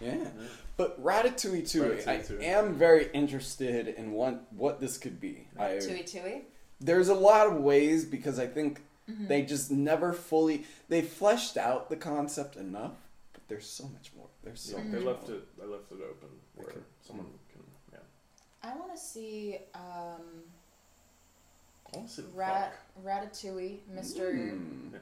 Yeah. But Ratatouille 2, Ratatouille I 2. am very interested in what, what this could be. I, Tui Tui. there's a lot of ways because I think Mm. they just never fully they fleshed out the concept enough, but there's so much more. There's so Mm. They much left more. it. They left it open where Okay. someone hmm. can. Yeah. I want to see um, I want to see the Rat fuck. Ratatouille, Mister. Hmm.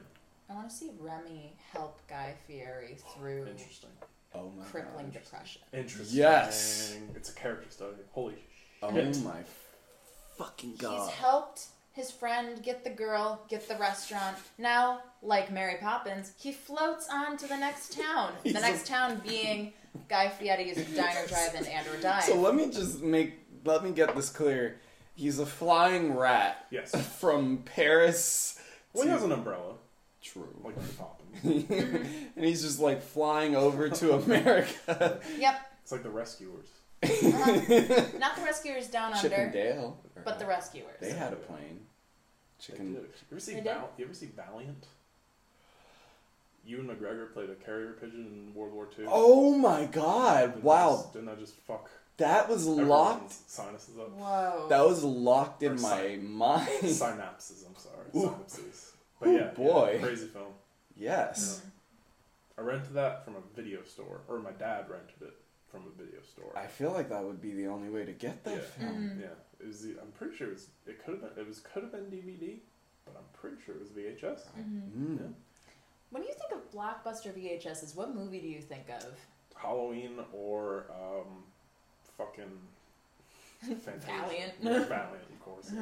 I want to see Remy help Guy Fieri through Interesting. Oh my crippling god. depression. Interesting. Yes. It's a character study. Holy Oh shit. my fucking god. He's helped his friend get the girl, get the restaurant. Now, like Mary Poppins, he floats on to the next town. the He's next a- town being Guy Fieri's Diner Drive-In and or Die. So let me just make let me get this clear. He's a flying rat Yes. from Paris. Well, to- he has an umbrella, True. like the Poppins. and he's just like flying over to America. yep, Uh-huh. It's like the Rescuers. not the Rescuers Down Chip and Under, Dale. but the Rescuers. They had a plane. Chicken. They did. You ever see They did? Val- You ever see Valiant? Ewan McGregor played a carrier pigeon in World War II. Oh my god! Didn't I Wow, just- didn't I just fuck that was everyone's locked. sinuses up? Whoa. That was locked in Or my si- mind. Synapses. I'm sorry. Ooh. Synapses. But Ooh, yeah, boy. yeah, crazy film. Yes, Mm-hmm. I rented that from a video store, or my dad rented it from a video store. I feel like that would be the only way to get that Yeah. film. Yeah, it was. the- I'm pretty sure it was. It could have been. It was could have been DVD, but I'm pretty sure it was VHS. Mm-hmm. Mm. when you think of blockbuster VHSs, what movie do you think of? Halloween or um, fucking Fantasia. Valiant. Yeah, Valiant, of course. yeah.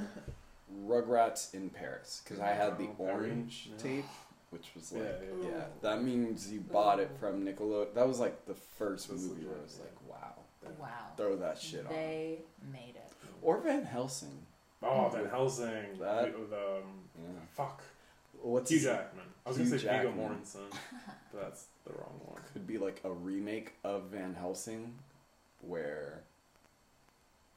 Rugrats in Paris because I had the Oh, very- orange yeah. tape, which was like, Yeah, yeah, yeah, yeah. that means you bought it from Nickelodeon. That was like the first That's movie where I legit, was yeah. like, wow, Oh, Wow. throw that shit on. they made it. Or Van Helsing. Oh, Van Helsing. That- The, with, um, Yeah. fuck. What's Hugh his- Jackman. I was Hugh gonna say Viggo Jackman. Mortensen, but that's the wrong one. could be like a remake of Van Helsing, where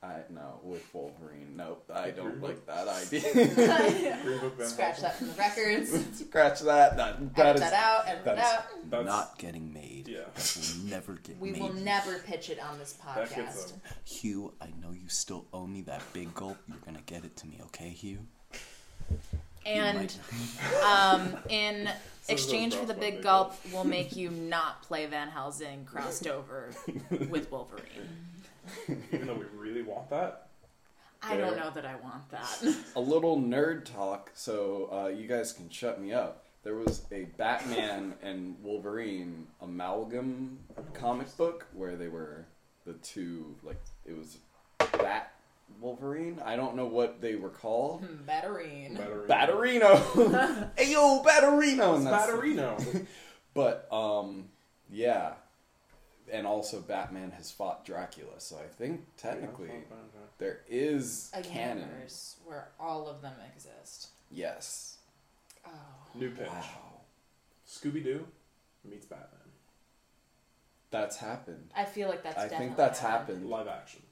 I no with Wolverine. Nope, I don't like that idea. Rebook Van Scratch Helsing. that from the records. Scratch that. That, that edit is that out. Edit that that out. That's- not getting made. Yeah. That will never get We made. will never pitch it on this That gets podcast. them. Hugh, I know you still owe me that big gulp. You're gonna get it to me, okay, Hugh? And um, in So exchange those for the are big big gulp, we'll make you not play Van Helsing crossed over with Wolverine. Even though we really want that, I don't Fair. know that I want that. a little nerd talk, so uh, you guys can shut me up. There was a Batman and Wolverine amalgam comic book where they were the two like it was Bat Wolverine. I don't know what they were called. Batterine. Batterino. Batterino. Ayo, Batterino. And Oh, that's- Batterino. But um, yeah, and also Batman has fought Dracula, so I think technically there is A canon. universe where all of them exist. Yes. Oh. New pitch. Wow, Scooby Doo meets Batman. that's happened. I feel like that's I definitely think that's happened Live action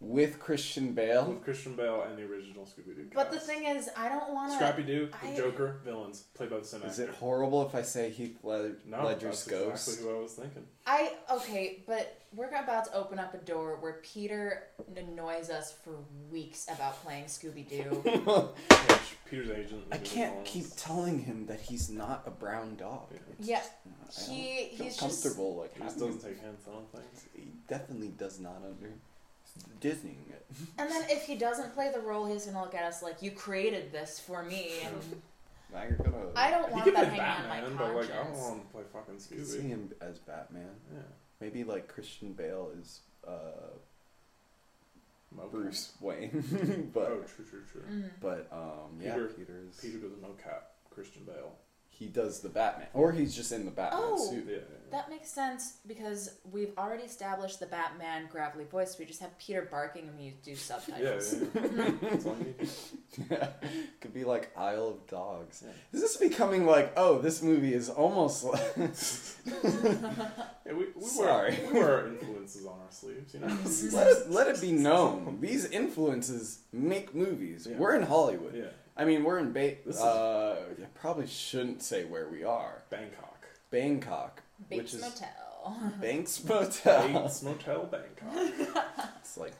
with Christian Bale. with Christian Bale and the original Scooby Doo. But the thing is, I don't want to. Scrappy Doo, I- the Joker, villains played by the same Is actor. it horrible if I say Heath Led- no, Ledger's that's exactly ghost? who I was thinking. I okay, but we're about to open up a door where Peter annoys us for weeks about playing Scooby Doo. Yeah, Peter's agent. I can't Villains. keep telling him that he's not a brown dog. Yeah. It's just- yeah, I don't he feel he's just comfortable He like just having- doesn't take hints. I don't think. He definitely does not under Disneying it. and then if he doesn't play the role, he's gonna look at us like you created this for me. And Now you're gonna. I don't He want could that play hanging on Batman, but my conscience. like I don't want him to play fucking I could see Scooby. him as Batman. Yeah, Maybe like Christian Bale is uh, Mocap. Bruce Wayne, but Oh, true, true, true. Mm. but um, yeah, Peter- Peter is Peter does mocap Christian Bale. he does the Batman, or he's just in the Batman Oh. suit. Yeah, yeah, yeah. That makes sense because we've already established the Batman gravelly voice. We just have Peter barking and we do yeah, yeah, subtitles. yeah. That's all you need. Could be like Isle of Dogs. Is this becoming like oh this movie is almost like Yeah, we, we Sorry. wear we wear our influences on our sleeves, you know. let it, let it be known these influences make movies. Yeah. We're in Hollywood. yeah, I mean we're in ba- This is- uh I probably shouldn't say where we are. Bangkok. Bangkok, which Bates is Motel. Motel. Banks Motel. Bates Motel Bangkok. it's like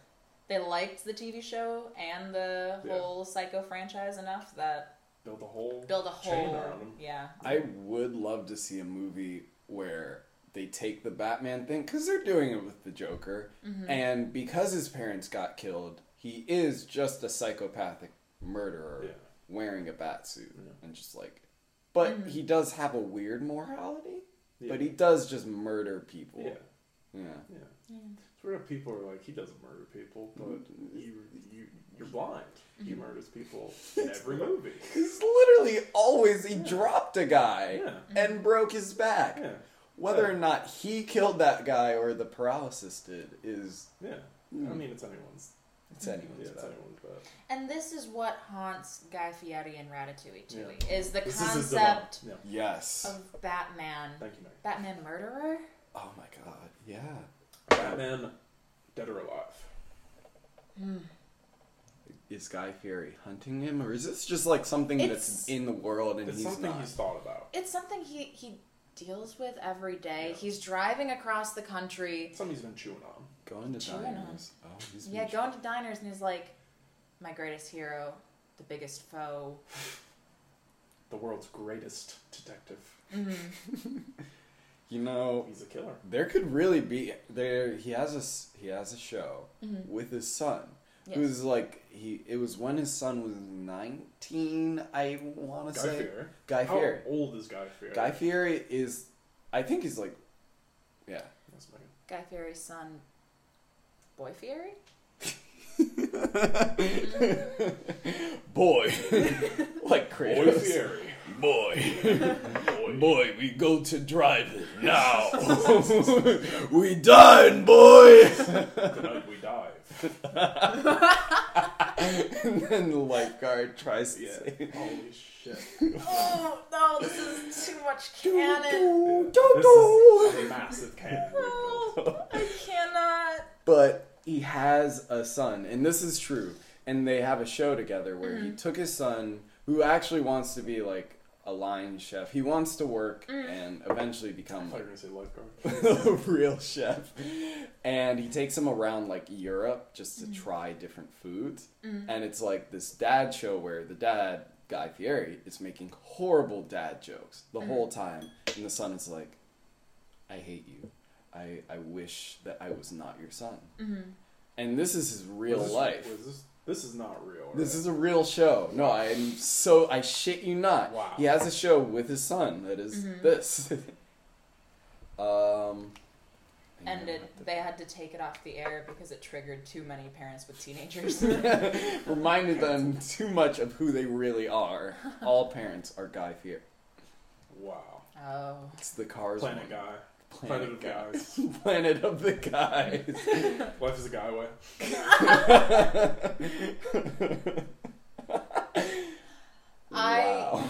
they liked the TV show and the Yeah. whole Psycho franchise enough that Build a whole. build a Chain whole. around 'em. Yeah. I would love to see a movie where they take the Batman thing because they're doing it with the Joker, and because his parents got killed, he is just a psychopathic murderer Yeah. wearing a bat suit Yeah. and just like. But he does have a weird morality. Yeah. But he does just murder people. Yeah. Yeah. Yeah. Sort of people are like, he doesn't murder people, but you, you, you're blind. He Mm-hmm. murders people in every movie. He's literally always he dropped a guy Yeah. and broke his back. Yeah. Whether Yeah. or not he killed that guy or the paralysis did is Yeah. I mean, it's anyone's. Mm. it's anyone's Yeah, it's battle. anyone's bet. And this is what haunts Guy Fieri and Ratatouille too. Yeah. Is the This is his dilemma. concept Yeah. Yes. of Batman, Thank you, Mary. Batman murderer. Oh my god. Yeah. Batman, dead or alive. Is Guy Fieri hunting him or is this just like something It's- that's in the world and It's he's something not? he's thought about. It's something he he deals with every day. Yeah. He's driving across the country. It's something he's been chewing on. Going to Chewing on. diners. Oh, he's been Yeah, going to diners and he's like, my greatest hero, the biggest foe. The world's greatest detective. You know, He's a killer. There could really be there. He has a s- he has a show with his son, who's like he. It was when his son was nineteen. I want to Guy say Fieri. Oh, Guy How Fieri. old is Guy Fieri? Guy Fieri is. I think he's like, yeah. That's my- Guy Fieri's son, Boy Fieri. Boy, like Boy Kratos. Fieri. Boy, Boy. boy, we go to drive now. we dine, boy. the night we dive. and then the lifeguard tries to Yeah. save. Holy shit. Oh no, this is too much Do, do, do. This is a massive cannon. we've built. I cannot. But he has a son, and this is true. And they have a show together where he took his son, who actually wants to be like a line chef. He wants to work and eventually I become thought you like were going to say lifeguard. a real chef. And he takes him around like Europe just to try different foods. And it's like this dad show where the dad, Guy Fieri, is making horrible dad jokes the whole time. And the son is like, I hate you. I, I wish that I was not your son. And this is his real Was this- life. was this, this is not real. This right? is a real show. No, I'm so I shit you not. Wow. He has a show with his son that is this. um And yeah, it, they had to take it off the air because it triggered too many parents with teenagers. reminded them too much of who they really are. All parents are Guy Fieri. Wow. oh. It's the Cars one. Planet Guy. Planet Planet, of Guys. guys. Planet of the guys. Life is a guy way. I- wow.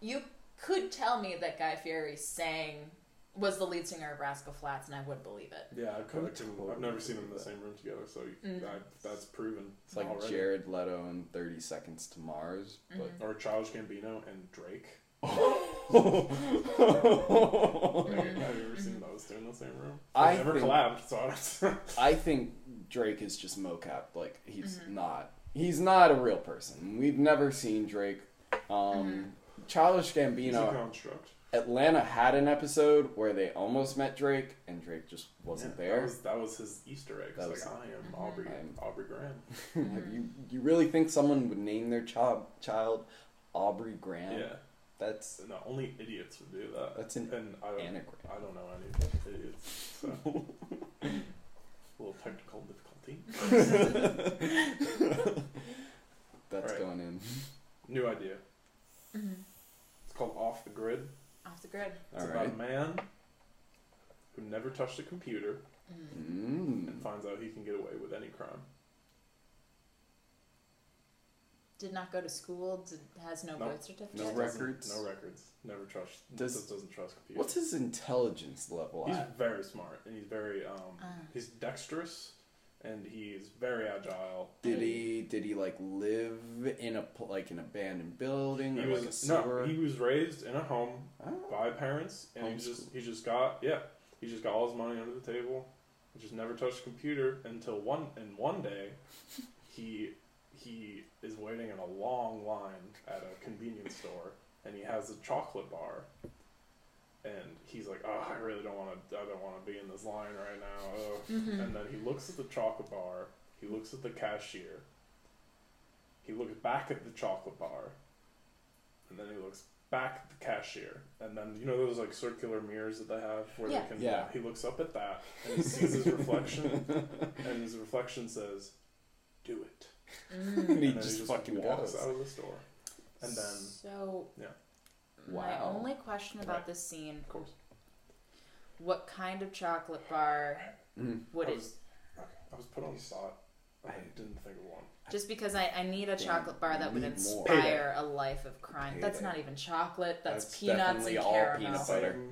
You could tell me that Guy Fieri sang was the lead singer of Rascal Flats, and I would believe it. Yeah, I could, I could, I've never totally seen them in do the that. same room together, so you, that, that's proven. It's like already. Jared Leto in 30 Seconds to Mars, but Or Charles Gambino and Drake. Like, I've never seen those two in the same room. I They never think- collabed, so I don't. I think Drake is just mocap. Like he's not. He's not a real person. We've never seen Drake. Um, Childish He's a Gambino. construct. Atlanta had an episode where they almost met Drake, and Drake just wasn't Yeah, there. That was, that was his Easter egg. That It's was- like, I am Aubrey, I'm- Aubrey Graham. Like, you you really think someone would name their child child Aubrey Graham? Yeah. That's No, only idiots would do that. That's an and I don't, anagram. I don't know any idiots, so. A little technical difficulty. that's Right. going in. New idea. It's called Off the Grid. Mm-hmm. Off the grid. It's All about right. a man who never touched a computer Mm. and finds out he can get away with any crime. Did not go to school. Did, has no No. birth certificate. No Doesn't- records? No records. Never trust. Does- just doesn't trust computers. What's his intelligence level He's at? very smart and he's very um, Ah. he's dexterous and he's very agile. Did he did he like live in a pl- like an abandoned building He or was like a sewer? no, he was raised in a home Oh. by parents and he Homeschool. just he just got yeah He just got all his money under the table, and just never touched a computer until one and one day, he he is waiting in a long line at a convenience store, and he has a chocolate bar. And he's like, oh, I really don't want to. I don't want to be in this line right now. Oh. And then he looks at the chocolate bar. He looks at the cashier. He looks back at the chocolate bar, and then he looks back at the cashier. And then you know those like circular mirrors that they have where Yeah. they can. Yeah. He looks up at that and he sees his reflection, and his reflection says, "Do it." Mm-hmm. and he And then just, fucking walks goes. out of the store. And then, So. Yeah. My Wow. only question about Right. this scene: of course, What kind of chocolate bar Mm. would I it? was- okay, I was put on the spot. I didn't think of one. Just because I, I need a Damn, chocolate bar that would need more. inspire a life of crime. That's Payday. not even chocolate. That's, That's peanuts and definitely all caramel. peanut butter. Same,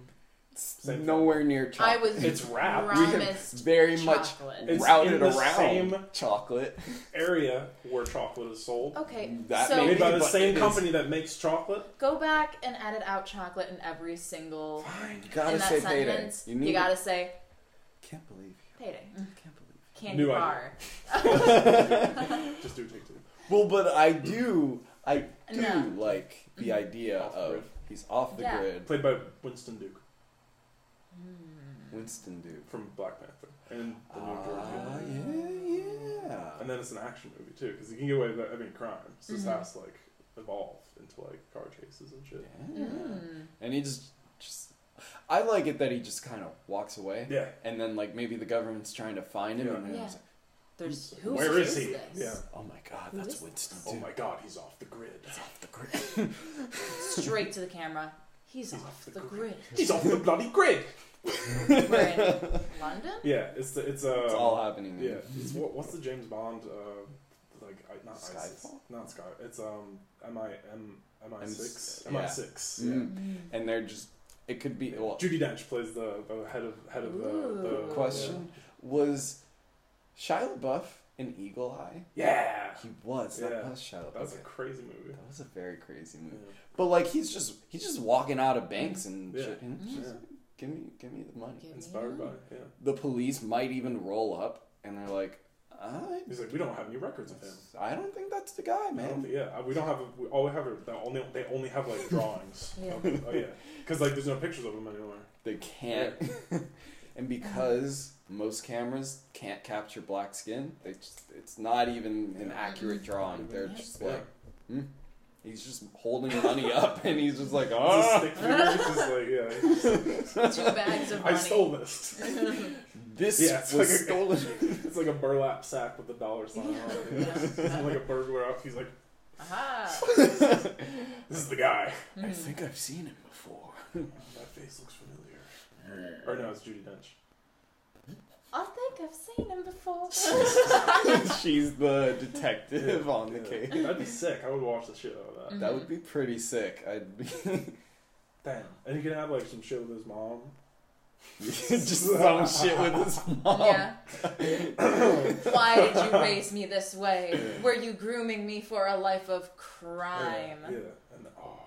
same thing. Nowhere near chocolate. I was It's wrapped. We have promised very chocolate. much It's routed in the around same- chocolate. area where chocolate is sold. Okay, That so may Made by But the it same is- company that makes chocolate. go back and edit out chocolate in every single You gotta in that say payday. sentence. You need. gotta say Can't believe you. payday, Can't believe you. candy New idea. bar. Just do take two. Well, but I do. I do No. like the idea Mm-hmm. Off the of grid. he's off the Yeah. grid. Played by Winston Duke Winston Duke. from Black Panther and the new Ah, Jordan. yeah, yeah. And then it's an action movie too, because you can get away with I mean crime. So this Mhm. has to like evolve into like car chases and shit. Yeah. Mm. And he just, just, I like it that he just kind of walks away. Yeah. And then like maybe the government's trying to find him, and then Yeah. it's like, There's Where is who's he? This? oh my god, Who that's is Winston Oh Duke. my god, he's off the grid. off the grid. Straight to the camera. He's, off, the grid. He's off the bloody grid. We're in London. Yeah, it's the, it's uh it's all happening. yeah. It's what, what's the James Bond uh like I, not ISIS, Skyfall? not Sky. It's um M I M M I six M- M I yeah. six. Yeah. Mm. And they're just. It could be. Well, Judy Dench plays the, the head of head of Ooh. the, the question was Shia LaBeouf an eagle eye? Yeah, He was. That Yeah. was Shia LaBeouf. that was a crazy movie. That was a very crazy Yeah. movie. But like he's just he's just walking out of banks and Yeah. shit. And Mm. just, give me give me the money. Give me Inspired by one. it, yeah. The police might even roll up and they're like, I, He's like, we don't have any records of him. I don't think that's the guy, I don't man. thi- yeah, I- we don't have. We, all we have are they only they only have like drawings. Yeah. Of, oh yeah, because like there's no pictures of him anywhere. They can't. and because most cameras can't capture black skin, they just, it's not even an accurate drawing. They're just Yeah. like, hmm? he's just holding money up and he's just like, It's a ah, stick figure. It's just like yeah. it's just- Two bags of money. I stole this. this Yeah, it's was like a- stolen. It's like a burlap sack with a dollar sign on it. Yeah. It's like a burglar up. He's like, Aha. this is the guy. I think I've seen him before. That face looks familiar. Or no, it's Judy Dench. I think I've seen him before. She's the detective on the Yeah. case. That'd be sick. I would watch the shit out of that. That would be pretty sick. I'd be Damn. And he can have like some shit with his mom. just some shit with his Oh. mom. Yeah. Why did you raise me this way? Were you grooming me for a life of crime? Yeah. yeah. And oh,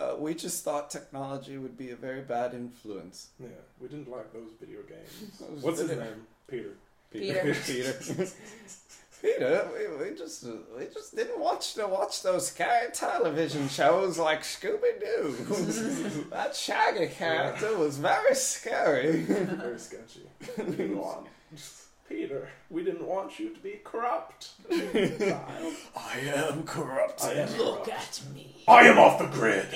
Uh, we just thought technology would be a very bad influence. yeah. We didn't like those video games. Those What's his video- name? Peter. Peter. Peter. Peter, we, we just we just didn't watch to watch those cat television shows like Scooby Doo. that Shaggy character was very scary. Very sketchy. We didn't want. Peter, we didn't want you to be corrupt. Child. I am corrupt. I am Look corrupt. at me. I am off the grid.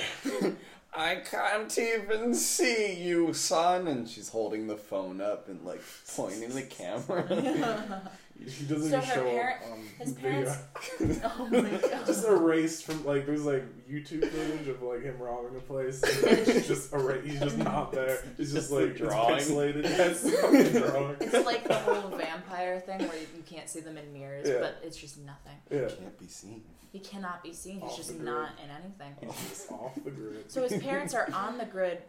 I can't even see you, son. And she's holding the phone up and like pointing the camera. He doesn't So even her show parent- up on his video. parents- Oh my god. just erased from like there's like YouTube footage of like him robbing a place. And, like, he's just erased. He's just not there. He's just like it's drawing. pixelated. Yeah, it's a fucking drawing. It's like the whole vampire thing where you, you can't see them in mirrors, Yeah. but it's just nothing. Yeah, Can't be seen. He cannot be seen. He's Off just the grid. not in anything. he's just off the grid. So his parents are on the grid,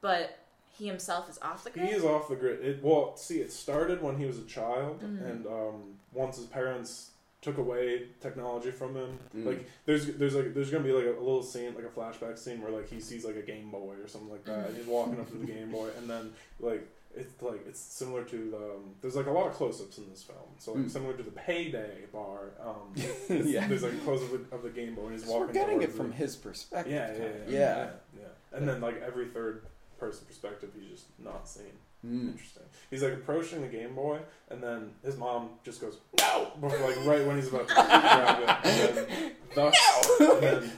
but he himself is off the he grid? is off the grid. It, well, see, it started when he was a child, and um, once his parents took away technology from him, Mm. like there's there's like there's gonna be like a, little scene, like a flashback scene where like he sees like a Game Boy or something like that, and he's walking up to the Game Boy, and then like it's like it's similar to um, there's like a lot of close-ups in this film. So like Mm. similar to the payday bar. Um, yeah. There's like a close-up of- of the game boy and he's 'Cause we're walking. getting it towards from the- his perspective. yeah, yeah, yeah, kinda. yeah, yeah, yeah. And then like every third person perspective, he's just not seeing. Mm. Interesting. He's like approaching the Game Boy, and then his mom just goes no, Before, like right when he's about to grab it, and then thus, and then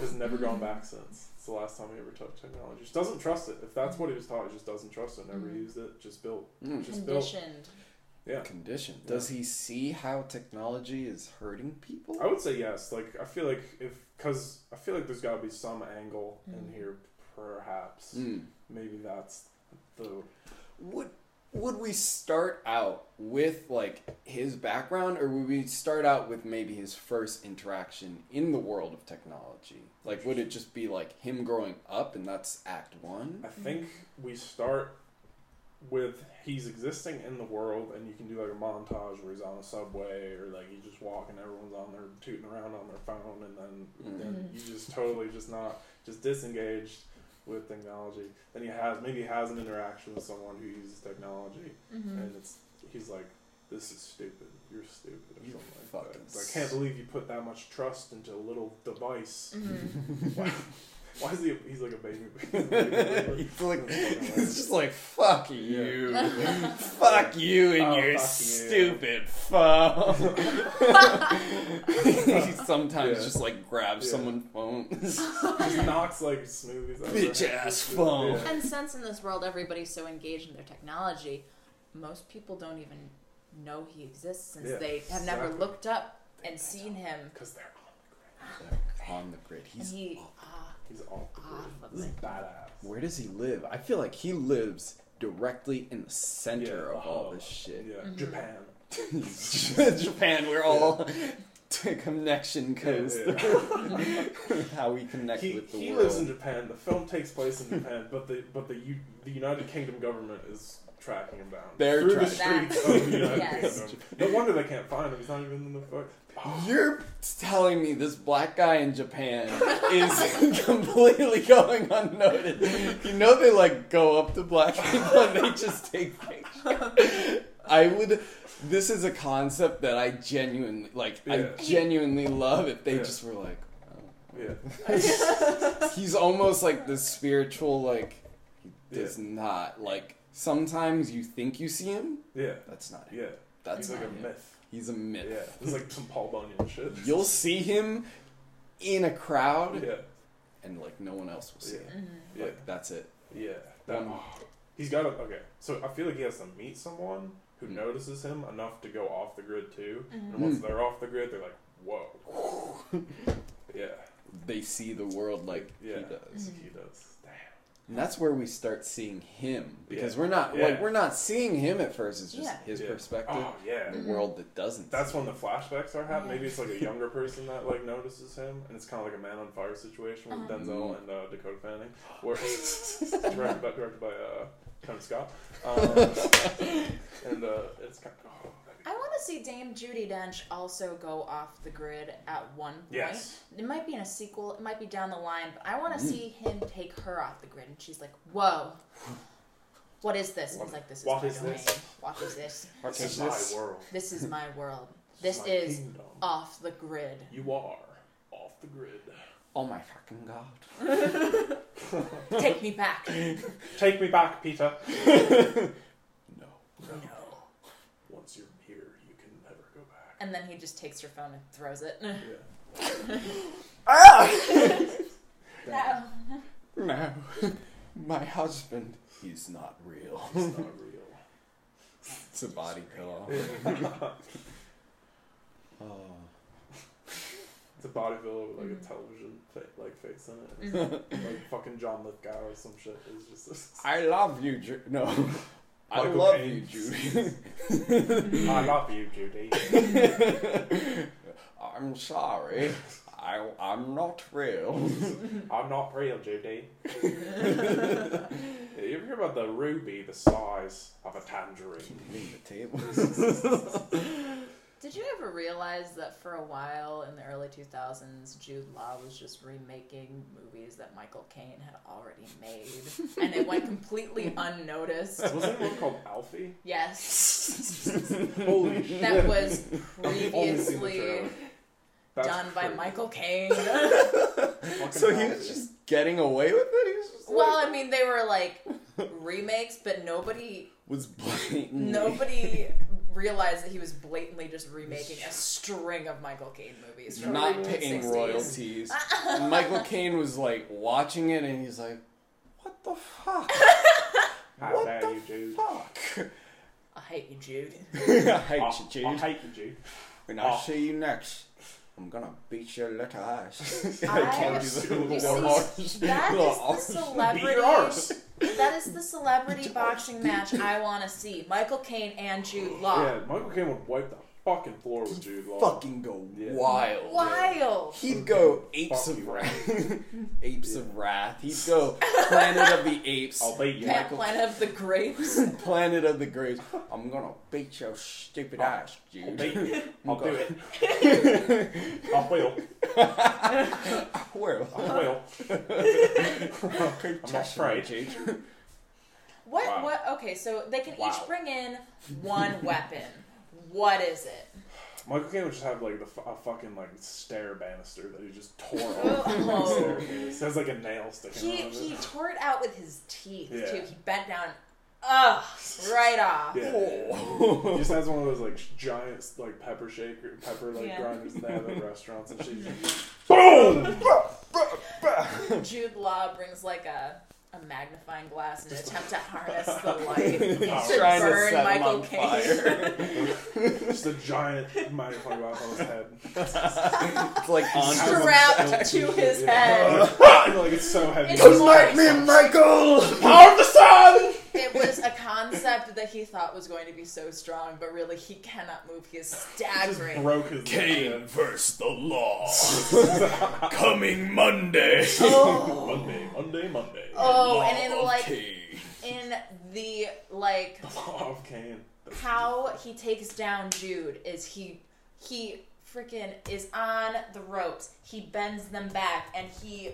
has never gone back since. It's the last time he ever touched technology. Just doesn't trust it. If that's what he was taught, he just doesn't trust it. Never Mhm. used it. Just built. Mm. Just built. Conditioned. Yeah. Condition. Hmm. Yeah. Does he see how technology is hurting people? I would say yes. Like I feel like if because I feel like there's got to be some angle in Mhm. here, perhaps. Mm. Maybe that's the Would would we start out with like his background, or would we start out with maybe his first interaction in the world of technology? Like, would it just be like him growing up, and that's Act One? I think we start with he's existing in the world, and you can do like a montage where he's on a subway or like he's just walking, everyone's on there tooting around on their phone, and Mm-hmm. then then Mhm. you just totally just not just disengaged with technology. Then he has maybe he has an interaction with someone who uses technology, Mm-hmm. and it's he's like. This is stupid. You're stupid, or You something like that. fucking It's like, I can't s- believe you put that much trust into a little device. Mm-hmm. Why, why is he? He's like a baby. He's like, it's just like fuck you, Yeah. fuck you, and Oh, your fuck you. stupid phone. he sometimes Yeah. just like grabs Yeah. someone's phones. just knocks like smoothies. out of Bitch her head. ass phone. Yeah. And since in this world everybody's so engaged in their technology, most people don't even know he exists since Yeah, they have never exactly. looked up and seen him. Because they're on the grid. on the grid. He's and he, off. ah, He's off the grid. Off of This is it. badass. Where does he live? I feel like he lives directly in the center Yeah, of all oh, this shit. Yeah, Mhm. Japan. Japan, we're all to connection coast. How we connect He, with the he world. lives in Japan. The film takes place in Japan, but the but the U, the United Kingdom government is tracking him down They're through the tracking him. streets of the United Yes. Kingdom. No wonder they can't find him. He's not even in the fuck. You're telling me this black guy in Japan is completely going unnoticed. You know they like go up to black people and they just take pictures. I would. This is a concept that I genuinely like. Yeah. I genuinely love if they Yeah. just were like. Yeah. oh. He's almost like the spiritual like. He does not like. Sometimes you think you see him. Yeah. That's not him. Yeah. That's He's like not a him. myth. He's a myth. Yeah. It's like some Paul Bunyan shit. You'll see him in a crowd, Yeah. and like no one else will see Yeah. him. mm. Yeah. Like that's it. Um, Yeah. That, One- he's got to. Okay. So I feel like he has to meet someone who Hmm. notices him enough to go off the grid too. And mhm. once Hmm. they're off the grid, they're like, whoa. yeah. They see the world like Yeah. he does, Mhm. He does. Damn. and that's where we start seeing him because Yeah. we're not like Yeah. we're not seeing him at first. It's just Yeah. his Yeah. perspective, Oh yeah. and the Mhm. world that doesn't. That's see when the flashbacks are happening. Yeah. Maybe it's like a younger person that like notices him, and it's kind of like a Man on Fire situation with Uh-huh. Denzel and uh, Dakota Fanning, where directed by directed by uh, Tony Scott, um, and uh, it's kind of oh, that'd I want to see Dame Judy Dench also go off the grid at one point. be- yes, It might be in a sequel, it might be down the line, but I want to Mm. see him take her off the grid. And she's like, whoa, what is this? And What- he's like, this is what my is domain. this? What is this? this is this- my world. This is my world. This This my is kingdom. off the grid. You are off the grid. Oh my fucking god! Take me back. Take me back, Peter. No. No. Once you're here, you can never go back. And then he just takes her phone and throws it. Yeah. Ah! No. No. My husband. He's not real. It's not real. It's a body pillow. oh. It's a body pillow with like a Mhm. television fa- like face in it. It's like fucking John Lithgow or some shit. It's just this. I love you, Ju- no. I Michael love Caine. you, Judy. I love you, Judy. I'm sorry. I, I'm not real. I'm not real, Judy. Yeah, you ever hear about the ruby the size of a tangerine? Leave the table. Did Did you ever realize that for a while in the early 2000s, Jude Law was just remaking movies that Michael Caine had already made, and they went completely unnoticed? Wasn't there one called Alfie? Yes, Holy shit. that was I've only seen the previously trailer. That's done by crazy. Michael Caine. Fucking So he Alfie. was just getting away with it. He was just well, like, I mean, they were like remakes, but nobody was blatant. Mm. Nobody realized that he was blatantly just remaking a string of Michael Caine movies. From not the paying 60s. royalties. And Michael Caine was like watching it, and he's like, "What the fuck? How what dare the you, dude? fuck? I hate you, Jude. I hate I'll, you, I'll dude. hate you, Jude. When I Oh. see you next, I'm gonna beat your little ass." I- can't do the you little see, arse. That Little is the arse. celebrity. Beat your arse. That is the celebrity boxing match I want to see. Michael Caine and Jude Law. Yeah, Michael Caine would wipe the fucking floor with Jude Law. Fucking go Yeah. wild. Wild. He'd go apes Fuck of you. wrath. apes of wrath. He'd go planet of the apes. I'll beat you. Plant- Michael- Planet of the Grapes. Planet of the Graves. I'm gonna beat your stupid ass, dude. I'll beat you. I'll do it. I will. Well, I will. I'm not afraid. dude. What? Wow. What? Okay, so they can Wow. each bring in one weapon. What is it? Michael Caine would just have like the, fu- a fucking like stair banister that he just tore off. the Oh. staircase. It has like a nail sticking He out of it. he tore it out with his teeth Yeah. too. He bent down, ugh, right off. Yeah. He Oh. just has one of those like sh- giant like pepper shaker, pepper like Yeah. grinders that they have at restaurants and shit. Boom! Jude Law brings like a a magnifying glass in an attempt to harness the light to Trying to burn set him Michael on Caine. fire. Just a giant magnifying glass on his head. it's like on Sure. Strapped to his head. You know, like it's so heavy. It's more- Let me, Michael. Power of the sun. It was a concept that he thought was going to be so strong, but really he cannot move. He is Just staggering. broke his Cain versus the law. Coming Monday. Oh. Monday, Monday, Monday. Oh, and in Law of like Cain. in the like Law of Cain. how he takes down Jude is he he freaking is on the ropes. He bends them back and he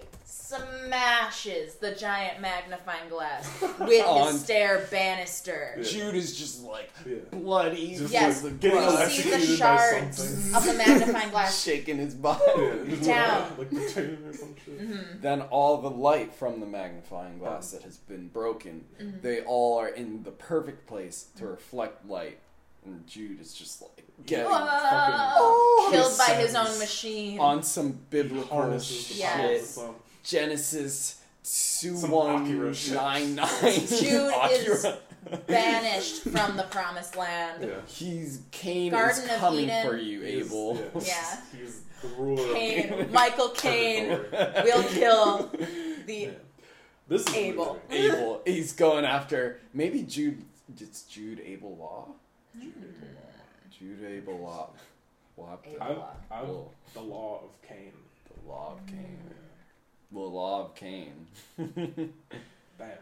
smashes the giant magnifying glass with On- the stair banister. Jude is just like Yeah. bloody. Just Yes, like you getting You see electrocuted the by shards something. of the magnifying glass. shaking his body. Yeah, just Down. Like the tune or some shit. Then all the light from the magnifying glass that has been broken, they all are in the perfect place to reflect light. And Jude is just like Oh, getting Whoa. Oh. fucking Killed by his sense. own machine. on some biblical Harnesses the shit. Yeah. power of the Yes. sun. Genesis two Some one Akira shit. nine nine. Jude is Akira. banished from the promised land. Yeah. He's Cain Garden is of coming Eden. for you, He's- Abel. Yeah. He's the ruler of Cain, the Michael Cain Purgatory. will kill the Yeah. This is Abel. amazing. Abel. He's going after maybe Jude. It's Jude Abel Law. Jude Abel. Jude Abel Law. We'll have to- Abel. I'm, Law. I'm Cool. the law of Cain. The Law of Cain. The Law of Cain. Bam.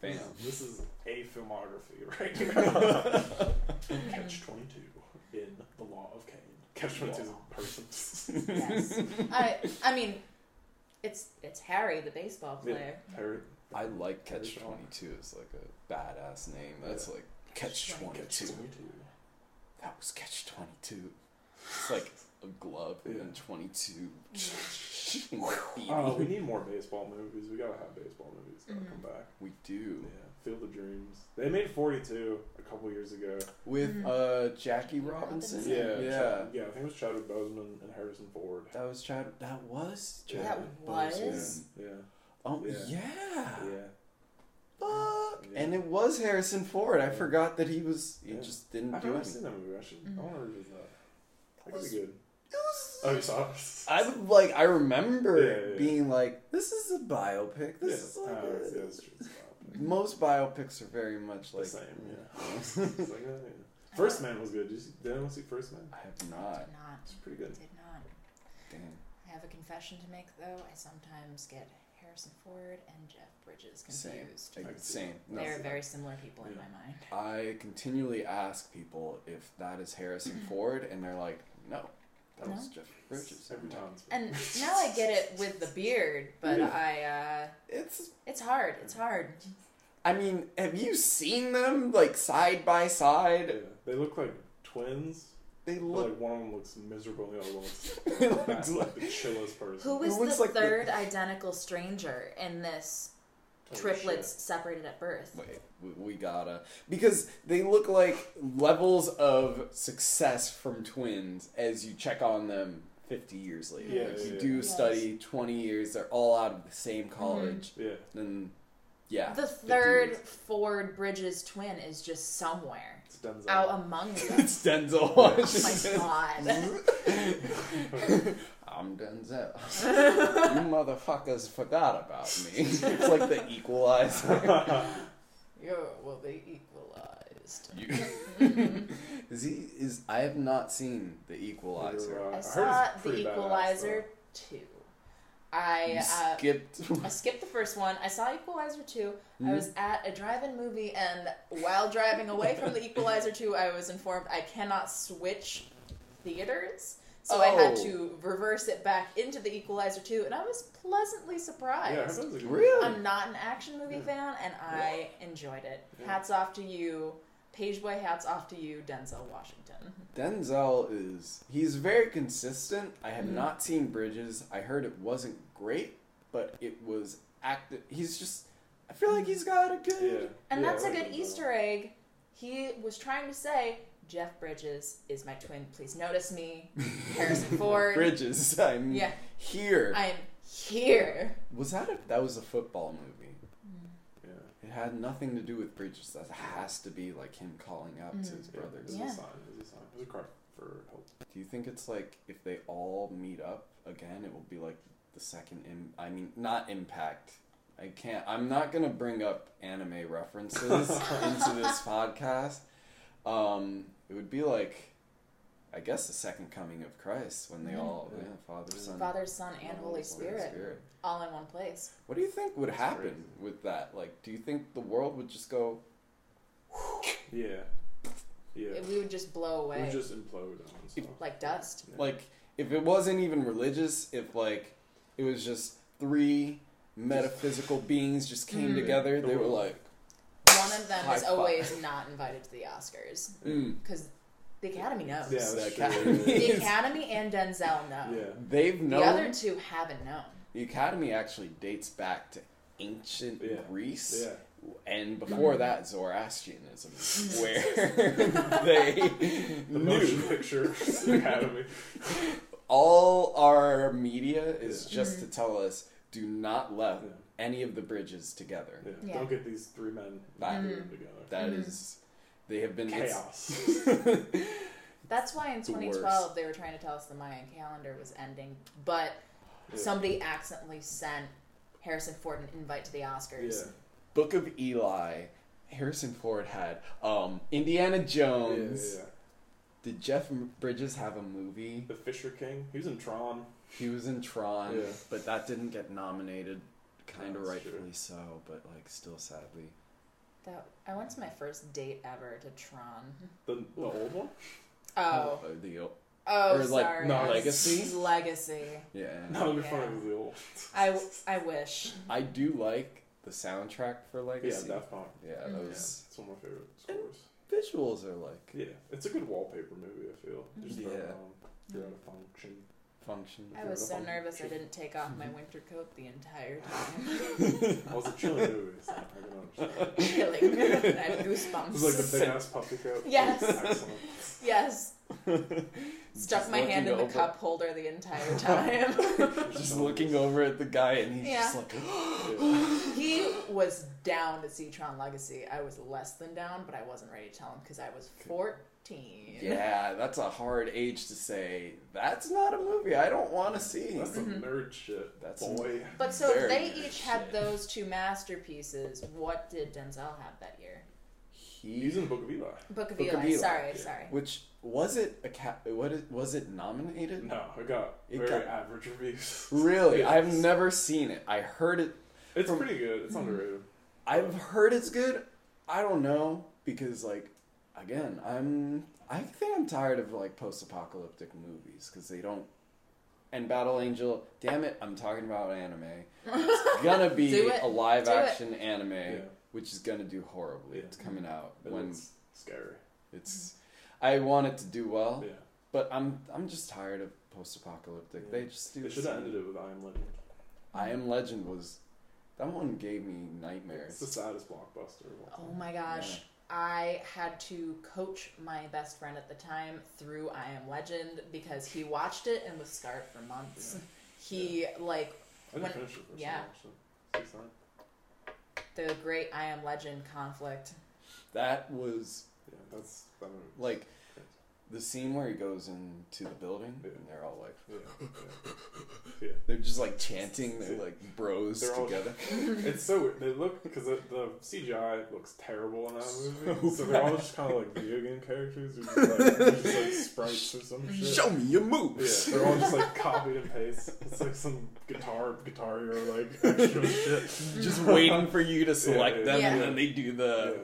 Bam. This is a filmography right here. Catch 22 in the law of Cain. Catch 22 is a person. Yes. I I mean, it's it's Harry, the baseball player. Yeah. Harry. I like Catch Twenty Two. It's like a badass name. That's like Catch Catch Twenty Catch Two. 22. That was Catch Twenty Two. It's like a glove and then Yeah. twenty two. Oh, we need more baseball movies. We gotta have baseball movies that Mhm. come back. We do Yeah, Field of Dreams. They made 42 a couple years ago. with uh Jackie Robinson. Robinson. Yeah, yeah. Chad- yeah. I think it was Chadwick Boseman and Harrison Ford. That was Chad. That was Yeah. Chad. That was? Yeah, Oh yeah. Yeah. yeah. Fuck. Yeah. And it was Harrison Ford. I Yeah. forgot that he was. He Yeah. just didn't I've do never anything. seen that movie. I should. Mm-hmm. I want to revisit that. That could was- be good. It was. Oh, you saw it? I would, like I remember Yeah, yeah, yeah. being like, this is a biopic. Yeah. This Oh, is it's- yeah, like a- it's true. It's about most biopics are very much the like same. Yeah. It's like that, yeah. First Man was good. Did, you see, did anyone see First Man? I have Did not. not. It's pretty good. Did not. Damn. I have a confession to make though. I sometimes get Harrison Ford and Jeff Bridges Same. confused. Like, Same. No. They're very similar people in Yeah. my mind. I continually ask people if that is Harrison Ford, and they're like, no, that Mm-hmm. No. was Jeff Bridges. Every time. it's- And now I get it with the beard, but Yeah. I uh It's. it's hard. It's hard. I mean, have you seen them like side by Yeah, side? they look like twins. They But look. like one of them looks miserable, and the other one looks It looks fat, like the like, chillest person. Who It is looks the like the- third identical stranger in this Holy triplets shit. separated at birth? wait, we, we gotta because they look like levels of success from twins as you check on them. 50 years later. Yeah, Like, yeah, you yeah. do Yes. study 20 years, they're all out of the Mm-hmm. same college. Yeah. Then, yeah. The 50 third years. Ford Bridges twin is just somewhere It's Denzel. out among them. it's Denzel oh my Washington. god. I'm Denzel. you motherfuckers forgot about me. it's like the equalizer. You will be equalized. You- is he is I have not seen the equalizer. You're, uh, I heard saw it's The pretty badass, Equalizer 2. You I uh, skipped I skipped the first one. I saw Equalizer 2. I was Mm-hmm. at a drive-in movie, and while driving away from the Equalizer 2, I was informed I cannot switch theaters. So I had Oh. to reverse it back into the Equalizer 2, and I was pleasantly though. Yeah, I heard surprised. that was a good- Really? I'm not an action movie Yeah. fan, and I enjoyed it. Yeah. Hats off to you. Pageboy, hats off to you, Denzel Washington. Denzel is he's very consistent. I have Mm-hmm. not seen Bridges. I heard it wasn't great, but it was active. He's just I feel like he's got a good Yeah. And Yeah, that's I a like good Denzel. Easter egg. He was trying to say, Jeff Bridges is my twin. Please notice me. Harrison Ford. Bridges. I'm Yeah. here. I'm here. was that a that was a football movie? Yeah. It had nothing to do with Bridges. That has to be like him calling out to his Mm. Yeah, brothers. This is Yeah. a sign. This is a sign. This is a card for hope. Do you think it's like if they all meet up again, it will be like the second? Im- I mean, not impact. I can't. I'm not gonna bring up anime references into this podcast. Um, it would be like, I guess, the second coming of Christ when they all Yeah. yeah, Father, Son, Father, Son, and Holy Holy Spirit. Spirit. All in one place. What do you think would That's happen crazy. with that? Like, do you think the world would just go? Yeah. Yeah. It- we would just blow We away just implode on stuff. like dust. Yeah. like if it wasn't even religious if like it was just three metaphysical beings just came Mm. together The they were world. like One of them High is five. always not invited to the Oscars mm, because the Academy knows. Yeah, the that's true. academy The Academy and Denzel know. Yeah. they've known The other two haven't known. the academy actually dates back to ancient Yeah. greece Yeah. and before that zoroastrianism where they The knew motion picture academy. all our media is Yeah. just to tell us do not let Yeah. any of the bridges together Yeah. Yeah. Mm-hmm. Don't get these three men That- in the room together. That is, they have been it's- Chaos. That's why in The worst. 2012 they were trying to tell us the Mayan calendar was ending, but Yeah. somebody accidentally sent Harrison Ford an invite to the Yeah. Oscars. Book of Eli. Harrison Ford had um, Indiana Yeah, yeah, Jones. yeah. Did Jeff M- Bridges have a movie? The Fisher King. He was in Tron. He was in Tron, Yeah. but that didn't get nominated. Kind No, of that's true. rightfully so, but like still sadly. That I went to my first date ever to Tron. The, the old one? Oh, Uh, the o- oh, Or, like, sorry. not I was- Legacy? Legacy. yeah. No, it'd be Yeah. funny if it was the old one. I, w- I wish. I do like the soundtrack for Legacy. Yeah, Daft Punk. Yeah, Yeah, those it's one of my favorite Oh. scores. visuals are like Yeah, it's a good wallpaper movie. I feel Mm-hmm. just yeah. Yeah. um, you're Mm. out of function. function. I was so nervous I didn't take off my winter coat the entire time. It was Oh, a chilly movie. So I can understand. Chilling. I had It goosebumps. was like the big ass puppy coat. Yes. Excellent. yes. Stuck my hand in looking the over. cup holder the entire time. Just looking over at the guy and he's Yeah. just like, Yeah. He was down to see Tron Legacy. I was less than down, but I wasn't ready to tell him because I was 14. Yeah, that's a hard age to say. That's not a movie I don't want to see. That's some nerd shit. That's boy. Mm-hmm. But so if Very they good each had shit. those two masterpieces, what did Denzel have that year? he He's in the Book of Eli. Book of Book of Eli. Eli. Sorry, Yeah. sorry. which was it a ca- what is, was it nominated? No, it got It very got- average reviews. Really, Yeah. I've never seen it. I heard it. It's from- pretty good. It's Mm-hmm. underrated. I've heard it's good. I don't know because like again, I'm I think I'm tired of like post-apocalyptic movies because they don't. And Battle Angel, damn it, I'm talking about anime. It's gonna be Do it. a live Do it. action anime, Yeah. which is gonna do horribly. Yeah. It's coming out But when it's scary. it's. I want it to do well, Yeah. but I'm I'm just tired of post-apocalyptic. Yeah. They just do. They the should have same. ended it with I Am Legend. I Am Legend was that one gave me nightmares. It's the saddest blockbuster of all time. Oh my gosh. I had to coach my best friend at the time through I Am Legend because he watched it and was scarred for months. He, like, I didn't When- finish it first yeah. actually. Six nine. the great I Am Legend conflict. That was Yeah, that's that movie. like the scene where he goes into the building Yeah. and they're all like Yeah, yeah. they're just like chanting, they're like bros They're all- together. it's so weird. They look because the, the CGI looks terrible in that So movie, so they're all just kind of like video game characters, or just like, they're just like sprites or some shit. Show me your Yeah, moves. they're all just like copied and paste. It's like some guitar, guitar hero like extra shit. just waiting for you to select yeah, them and yeah. then they do the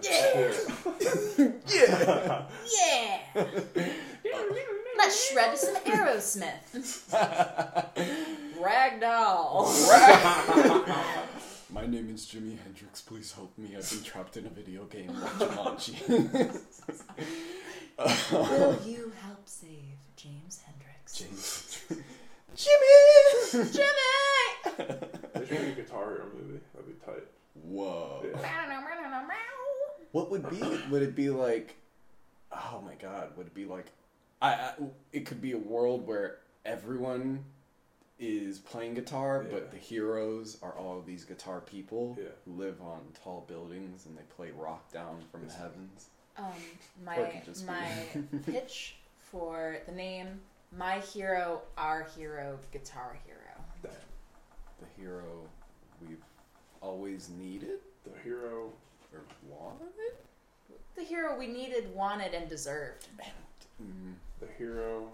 Yeah. Yeah. Yeah! Let's shred some Aerosmith. Ragdoll. My name is Jimi Hendrix, please help me. I've been trapped in a video game like Jumanji. Will you help save James Hendricks? James. Jimmy! Jimmy! They should make a guitar hero movie. That'd be tight. Whoa. Yeah. What would be? Would it be like? Oh my God! Would it be like? I, I it could be a world where everyone is playing guitar, Yeah. but the heroes are all of these guitar people Yeah. who live on tall buildings and they play rock down from the heavens. Um, Or my it could just be- my pitch for the name My Hero, Our Hero, Guitar Hero. Damn. The hero we've always needed The hero. or wanted. The hero we needed, wanted, and deserved. Mm. The hero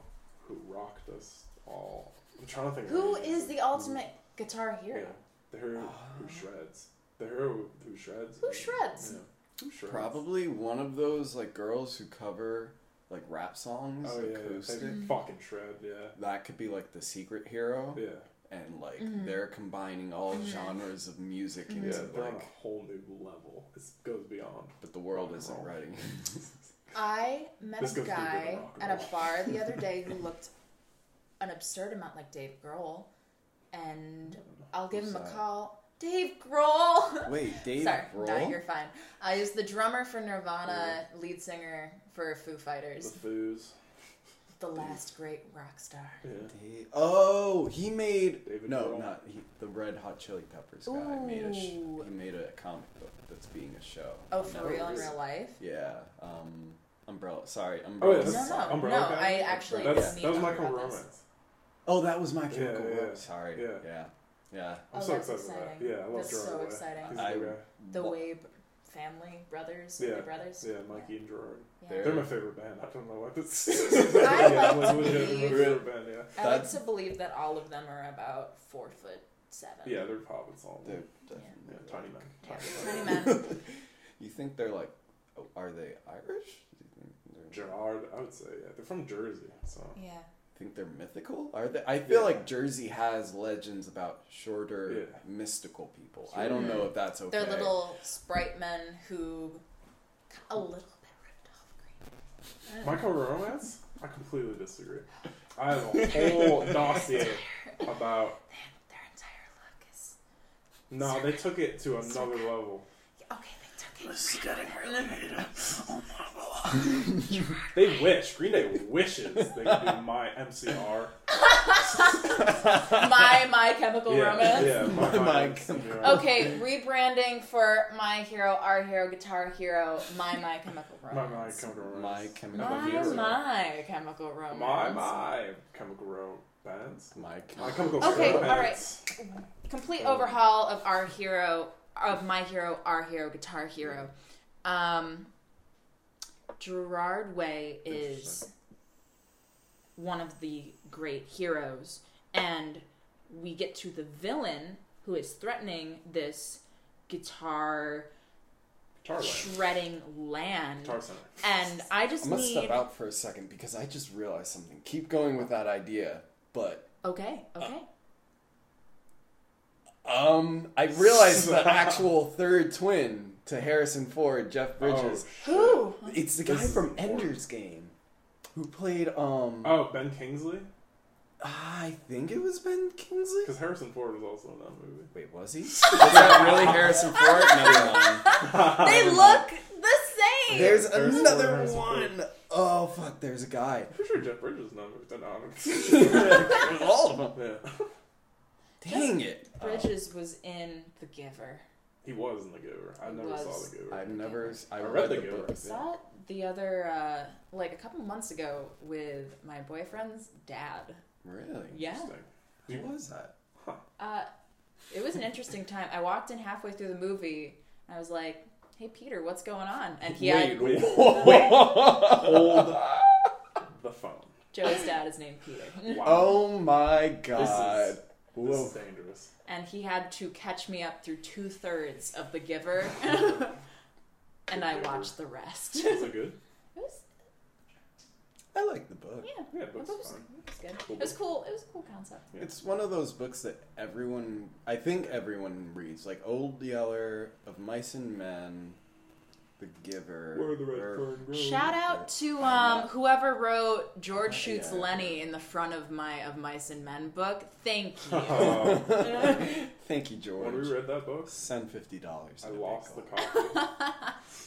who rocked us all. I'm trying to think. of Who anything. is the ultimate guitar Yeah. hero? The hero who shreds. The hero who shreds. Oh. Who shreds? Yeah. Who shreds? Probably one of those like girls who cover like rap songs Oh yeah, acoustic. Mm. yeah. They fucking shred. Yeah. That could be like the secret hero. Yeah. and like Mm-hmm. they're combining all genres of music Yeah. into They're on like a whole new level. It goes beyond. but the world rock and isn't roll. ready I met This a goes deeper than guy rock and at a roll. bar the other day who looked an absurd amount like Dave Grohl, and I'll give Who's him a that? call. Dave Grohl. wait dave Sorry, no, you're grohl fine. Uh, he was the drummer for Nirvana, lead singer for Foo The Fighters, foos. the last great rock star. Yeah. Dave- oh he made David no Grohl. not he, the red hot chili peppers guy made a sh- Ooh. he made a comic book that's being a show Oh, on for Netflix. real in really? real life? yeah um umbrella sorry Oh, yeah, umbrella that's No, no, Umbrella no, Academy? I actually That's, need that was my Umbrella Chemical Academy. Romance. oh that was my Yeah, chemical yeah, Romance. yeah. sorry yeah Yeah. yeah, I'm Oh, so that's excited for that. exciting. Yeah, I love That's Gerard so Way. exciting. He's I- the guy. The Well- Wabe family brothers, Yeah, the brothers. Yeah, Mikey and Gerard. Yeah. They're my favorite band. I don't know why, but I yeah, like like legit to my believe- favorite band. Yeah, I like That's- to believe that all of them are about four foot seven. yeah, they're hobbits all. They're yeah, definitely tiny men. Yeah, Tiny Pretty men. man. you think they're like oh, are they irish do you think they're Gerard, I would say. Yeah, they're from Jersey, so Yeah. think they're mythical? Are they? I feel Yeah. like Jersey has legends about shorter, Yeah. mystical people. I don't Sure. know if that's okay. They're little sprite men who got a little bit ripped off green. Michael Romance. I completely disagree. I have a whole dossier about. Their entire look is No, they took it to another level. okay. They took it. They wish Green Day wishes they could do my MCR. my my chemical yeah, romance. yeah, my, My my Mike. MCR. Okay, rebranding for my hero, our hero, guitar hero, my my chemical My my romance. chemical romance. My chemical My, hero. my chemical romance. My my chemical romance. bands. My Chem- My chemical Okay, romance. all right. Complete overhaul of our hero, of my hero, our hero, guitar hero. Um, Gerard Way is Interesting. one of the great heroes, and we get to the villain who is threatening this guitar Guitar Land. shredding land. Guitar Center. And I just I'm gonna need step out for a second because I just realized something. Keep going with that idea, but okay, okay. um, I realized the actual third twin to Harrison Ford, Jeff Bridges. Oh, shit. Who? It's the guy This is from important. Ender's Game, who played um. Oh, Ben Kingsley? I think it was Ben Kingsley. Because Harrison Ford was also in that movie. Wait, was he? Was that really Harrison Ford? Another one. They look the same. There's Harrison Ford, another Harrison Ford. one. Oh fuck! There's a guy. I'm pretty sure Jeff Bridges is in that movie. Then I There's all of them. don't know. yeah. Dang it! Bridges was in The Giver. He was in The Giver. I He never was. saw The Giver. I've never. Uh, I I read read The the Giver. book. I saw it the other, uh, like a couple months ago with my boyfriend's dad. Really? Yeah. Interesting. Who was that? Uh, it was an interesting time. I walked in halfway through the movie. And I was like, "Hey, Peter, what's going on?" And he had Wait, Hold. The phone. Joey's dad is named Peter, Wow. Oh my This god. is, this Whoa. is dangerous. and he had to catch me up through two thirds of The Giver, and I watched the rest. it Is it good? was, I like the book. yeah, Yeah, it was, book's it was fine. good. Cool It was book. cool. It was a cool concept. Yeah. It's one of those books that everyone, I think everyone reads, like Old Yeller, Of Mice and Men, The Giver. Where the red or- fern grows. Shout out I'm to um, not- whoever wrote Uh, George Shoots Yeah. Lenny in the front of my Of Mice and Men book. Thank you. Oh, Thank you, when we George. read that book, Send fifty dollars. I lost the copy.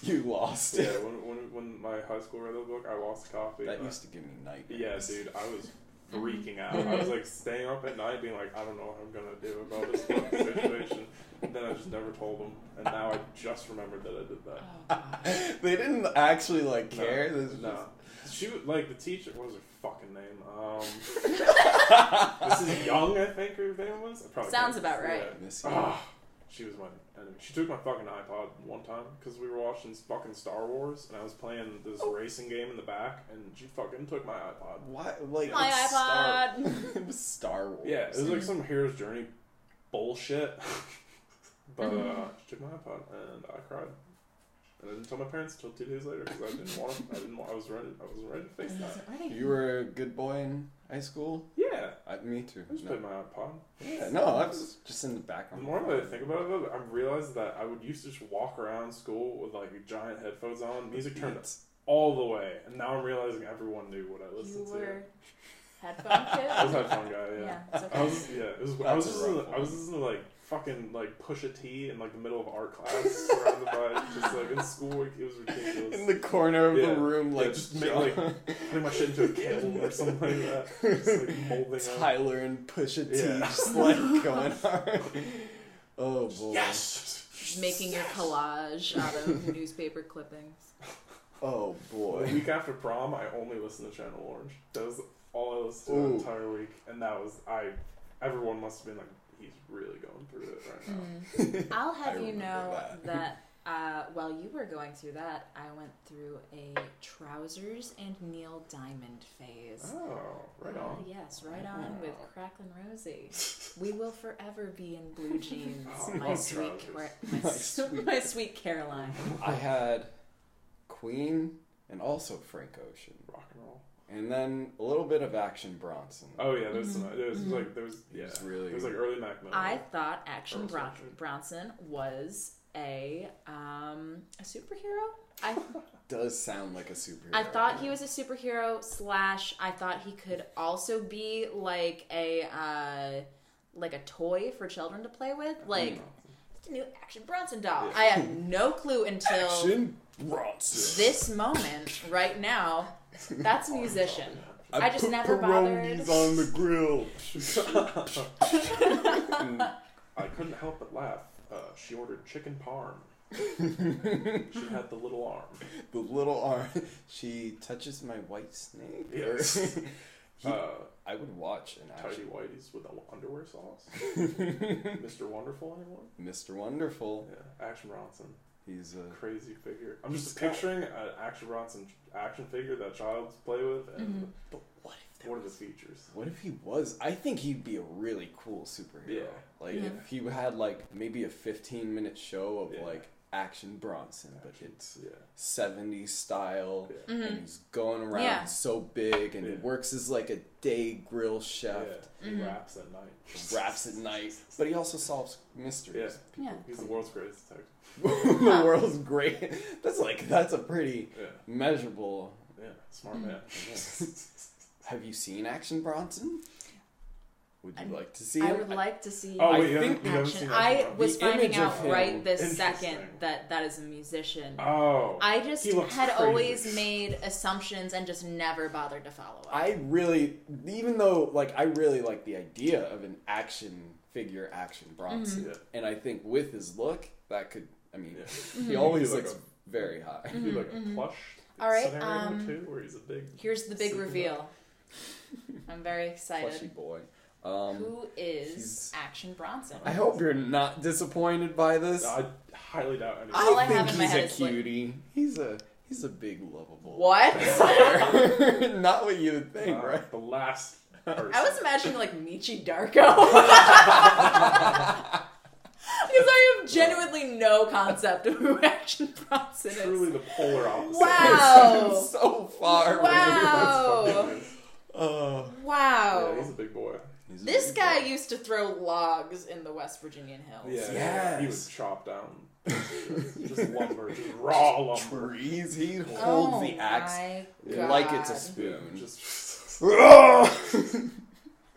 You lost yeah, it. when, when, when my high school read that book, I lost a copy. That and I- used to give me Yeah, nightmares. dude, I was freaking out. I was like staying up at night, being like, I don't know what I'm gonna do about this fucking situation. And then I just never told them, and now I just remembered that I did that. Oh, God. they didn't actually like No, care. This is No, she was- like the teacher. What was her fucking name? Um, Mrs. Young, I think her name was. I probably Sounds can't- about right. yeah. Miss you. Ah, she was my enemy. She took my fucking iPod one time because we were watching fucking Star Wars, and I was playing this Oh. racing game in the back, and she fucking took my iPod. Why? Like My it's Star- iPod. it was Star Oh, Wars. Yeah, it was like some hero's journey bullshit. but Mm-hmm. uh, she took my iPod and I cried. And I didn't tell my parents until two days later because I didn't want to. I didn't. Want, I was ready. I was ready to face that. You were a good boy in high school. Yeah, I, me too. I just No. played my iPod. Yeah, no, I was just in the back. The more that I think about it, though, I realized that I would used to just walk around school with like giant headphones on, music turned all the way, and now I'm realizing everyone knew what I You listened were to. headphone I was a kid? headphone guy. yeah, Yeah. it's I okay. was yeah. It was, I That's was a just in the, rough I was one. just in the, like fucking like push a T in like the middle of art class, surrounded by just like in school. like, It was ridiculous. in the corner of Yeah. the room, Yeah, like just make, like, Putting my shit into a kiln or something like that. Just like holding up. Tyler and Pusha T, Yeah. just like going hard. Oh boy. Yes. Making your collage out of newspaper clippings. Oh The boy. week after prom, I only listened to Channel Orange. That was all I listened to Ooh. the entire week, and that was I. Everyone must have been like, he's really going through it right now. I'll have I you remember know that. that, uh, while you were going through that, I went through a trousers and Neil Diamond phase. Oh, right Ah, on. yes, Mm. right on Wow. with Cracklin' Rosie. We will forever be in blue jeans, Oh, I my, love sweet trousers. Car- my, sweet, my sweet Caroline. I had Queen and also Frank Ocean, Rock and roll. and then a little bit of Action Bronson. Oh yeah, there's some. There's like there's yeah. It's really- There's like early Mac Miller. Mm-hmm. I thought Action Earl's Bron- Action. Bronson was a um, a superhero. I Does sound like a superhero. I thought he was a superhero slash. I thought he could also be like a uh, like a toy for children to play with, like Mm. it's a new Action Bronson doll. I have no clue until. Action Bronson. this moment right now that's a musician i just put never pierogies bothered on the grill. And I couldn't help but laugh. Uh, she ordered chicken parm. she had the little arm. The little arm. She touches my white snake. Yes. Or- He- Uh, I would watch an tidy action. whities with the underwear sauce. Mr. Wonderful, anyone? Mr. Wonderful. Yeah, Action Bronson. He's uh, crazy figure. I'm just picturing an action Bronson action figure that child's play with, and Mm-hmm. But what if there what are the features? What if he was? I think he'd be a really cool superhero. Yeah. Like Yeah. if he had like maybe a 15 minute show of Yeah. like action Bronson, but it's Yeah, 70s style Yeah. and he's going around Mm-hmm. Yeah. he's so big and he Yeah. works as like a day grill yeah. chef, Mm-hmm. He raps at night. raps at night, but he also solves mysteries. Yeah. He's the world's greatest detective. the world's great. That's like that's a pretty Yeah, measurable. yeah, smart Mm-hmm. man. Have you seen Action Bronson? Would you I'm- like to see I him? would like to see Oh, I wait, you think haven't, you haven't action. seen that I one? was The finding image of out him- right this Interesting. second that that is a musician. Oh, I just He looks had crazy. always made assumptions and just never bothered to follow up. I really, even though like I really like the idea of an action figure, action Bronson, Yeah. Mm-hmm. and I think with his look, that could. I mean, Yeah. Mm-hmm. he always He's like looks very high. It'd be like a plush All right, scenario um, too, where he's a big. Here's the big Super- reveal. I'm very Plushy excited. boy. Um, Who is he's- Action Bronson? I hope you're not disappointed by this. I highly doubt anyone. All I think have in my he's head a is, like- cutie. he's a he's a big lovable. What? not what you would think, Uh, right? The last person. I was imagining like Michi Darko. because I have genuinely no concept of who Action Bronson truly is. the polar opposite. Wow. so far. Wow. Uh, Wow. Yeah, he's a big boy. he's a This big guy boy. used to throw logs in the West Virginian hills. Yeah, Oh, Yes. he would chop down just lumber, just raw lumber. trees. He holds Oh the axe my god. like it's a Yeah, spoon. just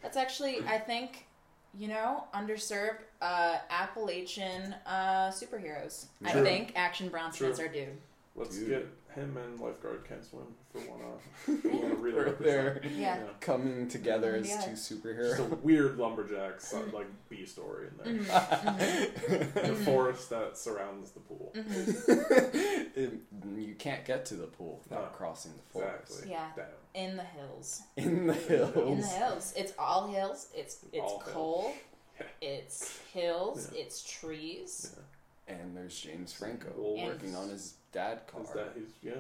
That's actually, I think, you know, underserved uh, Appalachian uh, superheroes. I True. think Action Bronson is True. our dude. let's Dude. get him and lifeguard can swim if we wanna. if we wanna really They're there represent. Yeah. Yeah. coming together as Yeah. two Just a superheroes. weird lumberjack so- Mm-hmm. like B story in there. The forest that surrounds the pool. Mm-hmm. It- you can't get to the pool without No. crossing the forest. Exactly. Yeah. Down. In the hills. In the hills. In the hills. It's all hills. It's it's All hills. coal. Yeah. It's hills. Yeah. It's trees. And there's James Franco Old working on his dad car. Is that he's yeah.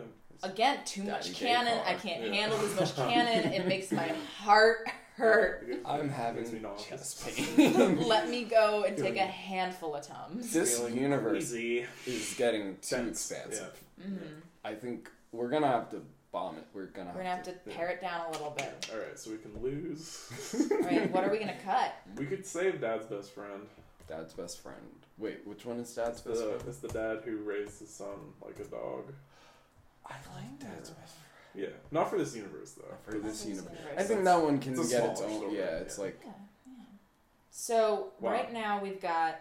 Again, too Daddy much Day cannon. car. I can't Yeah. handle this much cannon. It makes my heart hurt. I'm Makes me having nauseous. chest pain. Let me go and take a handful of tums. this Feeling universe queasy. is getting too Sense, expansive. Mm. I think we're gonna have to bomb it. We're gonna We're gonna have to pare it down a little bit. All right, so we can lose. Right? What are we gonna cut? we could save Dad's best friend. Dad's best friend. Wait, which one is Dad's best The, friend? it's the dad who raised his son like a dog. I like Dad's best Yeah, not for this universe though. friend for this That's universe. universe. I think that one can It's a get its smaller own. story, yeah, yeah. it's like Yeah, yeah. So Wow. right now we've got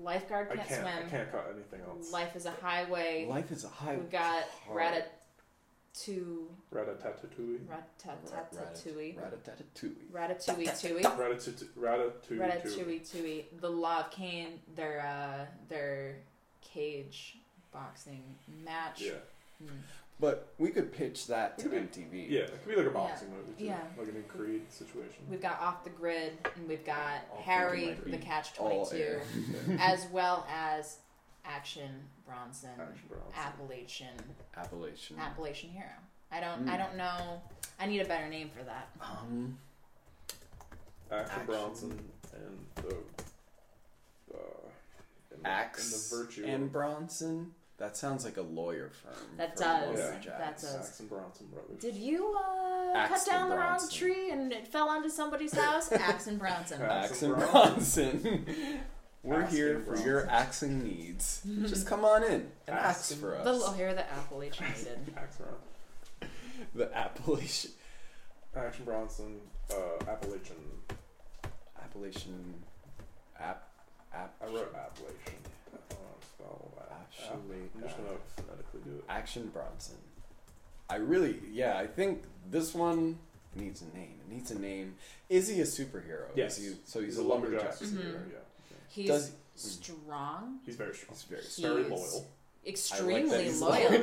lifeguard I can't, can't. I swim. can't cut anything else. Life is a highway. life is a high. we've got hard. ratatouille, Ratatouille. Ratatouille. ratatatatouille, ratatouille, Ratatouille. tui, Ratatouille. ratatouille, tui. The law of Cain. Their uh, their cage boxing match. Mm. Yeah, But we could pitch that to We could- MTV. yeah. It could be like a boxing movie too, Yeah. like an in Creed situation. We've got off the grid, and we've got Off the Harry, grid. the Catch Twenty All Two, air. as well as Action Bronson, Action Bronson. Appalachian, Appalachian. Appalachian Hero. I don't, I Mm. don't know. I need a better name for that. Um, Action Action. Bronson and the. Uh, and the- Axe and the virtue. and of Bronson. That sounds like a lawyer firm. That from does. Lumberjacks. Yeah. That does. Axe and Bronson brothers. Did you uh, cut Axton down the wrong Bronson. tree and it fell onto somebody's house? Axon Bronson. Axe and Axon Bronson. We're Axon here for your axing needs. Just come on in and axe Axon for The us. lawyer that Appalachian needed. Axe Bronson. The Appalachian Action Bronson. Uh, Appalachian. Appalachian app app I wrote Appalachian. I don't know how to spell that. App- actually Ah, I'm just gonna phonetically do it. Action Bronson. I really yeah, I think this one needs a name. It needs a name. Is he a superhero? Yes. Is he, so he's, a lumberjack. Mm-hmm. superhero, Yeah. He's Does strong, He's very strong. he's very He- very He's- loyal. extremely he's loyal. loyal.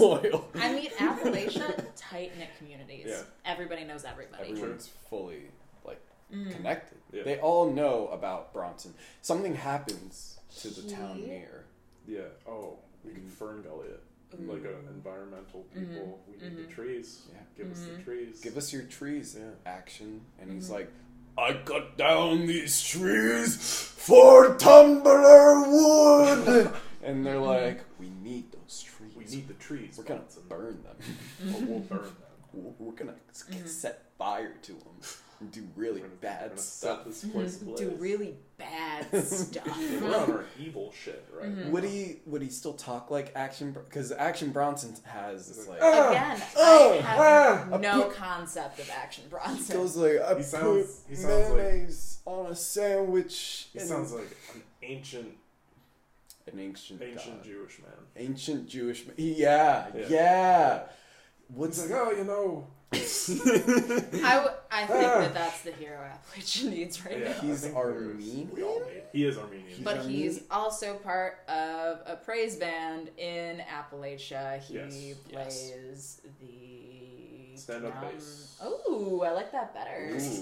loyal. I mean, Appalachia, tight knit communities. Yeah. Everybody knows everybody. Everyone's fully like Mm. connected. Yeah. They all know about Bronson. Something happens to the He- town mayor. Yeah. Oh, We can fern gully it. Ooh. Like an environmental Mm-hmm. people. We need the trees. Yeah. Give us the trees. Give us your trees, Yeah. action. And Mm-hmm. he's like, I cut down these trees for tumbler wood. and they're Mm-hmm. like, we need those trees. we need the trees. We're gonna Watson. burn them. Mm-hmm. We'll, we'll burn them. We're, we're gonna s- get set fire to them and do really We're gonna, we're bad gonna stuff. set this place ablaze. Mm-hmm. Do really bad stuff. We're on our evil shit, right? Mm-hmm. now. Would he would he still talk like Action? Because Action Bronson has this like Again, Oh, I have ah, I no put- concept of Action He Bronson. goes like I He sounds- put he sounds like- mayonnaise on a sandwich. He and- sounds like an ancient, an ancient ancient god. Jewish man. ancient Jewish. ma- Yeah, yeah. Yeah. What's He's like, oh, you know, I, w- I think ah. that that's the hero Appalachia needs right yeah, now. I He's think there's- We all Armenian? made. He is Armenian. But He's he's also part of a praise band in Appalachia. He Yes. plays the Stand-up drum- bass. Oh, I like that better. Ooh, I like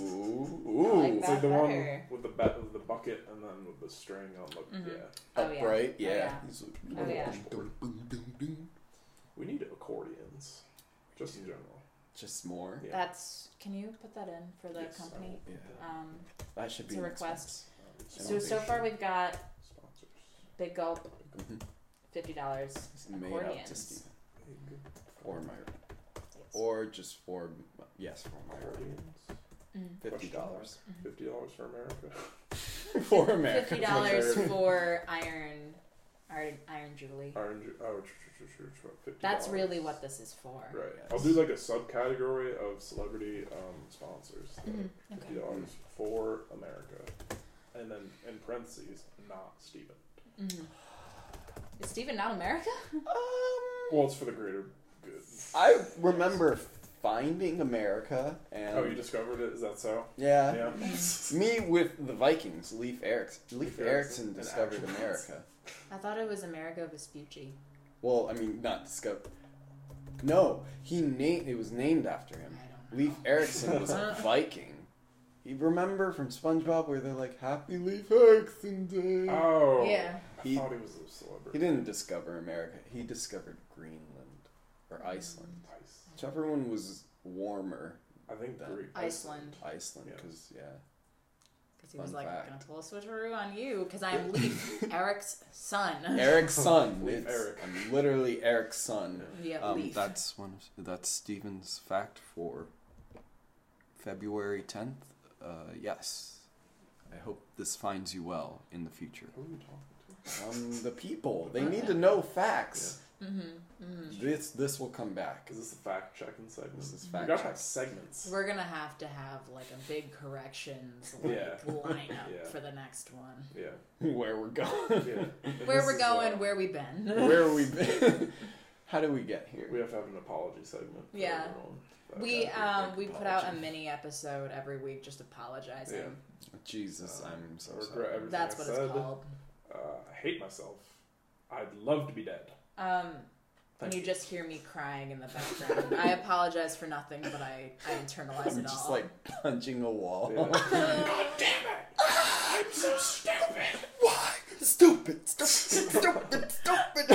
ooh, it's like the That one better. with the bat with the bucket and then with the string on the yeah. Oh, yeah. upright. Oh, Yeah. yeah. He's like, Oh, yeah. We need accordions, just in general. Just more. Yeah. That's. Can you put that in for the Yes, I company? will Yeah. put that Um, That should be It's a an request. on the so so Innovation. far we've got sponsors. Big Gulp, Mhm. fifty dollars. expense. Made up to Accordions. Steven. Or my, or just for yes, for my Accordions. Mm. fifty dollars Fifty dollars for America. for America. Fifty dollars America. for Iron, Iron, Iron Julie. Orange. Oh, tr- tr- tr- tr- tr- fifty. That's really what this is for. Right. Yes. I'll do like a subcategory of celebrity um, sponsors. like Fifty Mm-hmm. Okay. dollars for America, and then in parentheses, not Steven. Mm-hmm. Is Steven not America? Um, Well, it's for the greater good. I remember finding America and Oh, you discovered it? Is that so? yeah. Yeah. Me with the Vikings, Leif Erikson. Leif Leif Erikson Erikson and discovered Action America. I thought it was Amerigo Vespucci. Well, I mean, not discovered. No, he named. It was named after him. Leif Erikson was a Viking. You remember from SpongeBob where they're like, "Happy Leif Erikson Day." Oh. Yeah. I He- thought he was a he celebrity. didn't discover America. He discovered Greenland or Iceland, Nice. whichever one was warmer. I think That- Greek. Iceland. Iceland, Yeah. because yeah. Because he was Fun like, fact. I'm going to pull a switcheroo on you because I'm Leaf, Eric's son. Eric's son. Leif it's- Erik. I'm literally Eric's son. yeah, Um, Leaf. That's one. Of, that's Steven's fact for February tenth. Uh, yes, I hope this finds you well in the future. Who are you talking to? Um, the people. They need to know facts. Mm-hmm, This this will come back. Is this the fact checking segment? This is We fact gotta have check. segments. We're going to have to have like a big corrections like, Yeah. lineup Yeah. for the next one. Yeah. Where we're going. Yeah. Where This we're is, going, uh, where we been. Where we been? How do we get here? We have to have an apology segment. for Yeah. everyone. That We would be um great. we put out a mini episode every week just apologizing. Yeah. Jesus, I'm so I regret sorry. everything That's I what said. it's called. Uh, I hate myself. I'd love to be dead. Um, and Thank you just hear me crying in the background. I apologize for nothing, but I, I internalize I'm it just all. like punching a wall. Yeah. God damn it! I'm so stupid. Why? Stupid, stupid, stupid, stupid.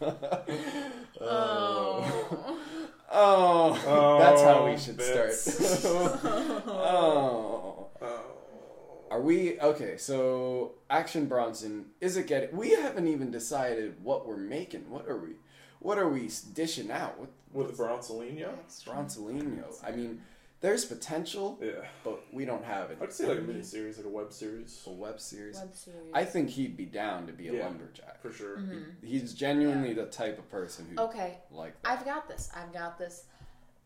oh. Oh, that's how we Oh, should Vince. start. oh. Oh. Are we okay? So, Action Bronson is it getting? We haven't even decided what we're making. What are we? What are we dishing out? What With Bronsolino? Bronsolino? I mean, there's potential, Yeah. but we don't have it. I'd say like a mini series, like a web series. a web series. Web series. I think he'd be down to be a Yeah. lumberjack. For sure. Mm-hmm. He's genuinely the type of person who okay, like that. I've got this. I've got this.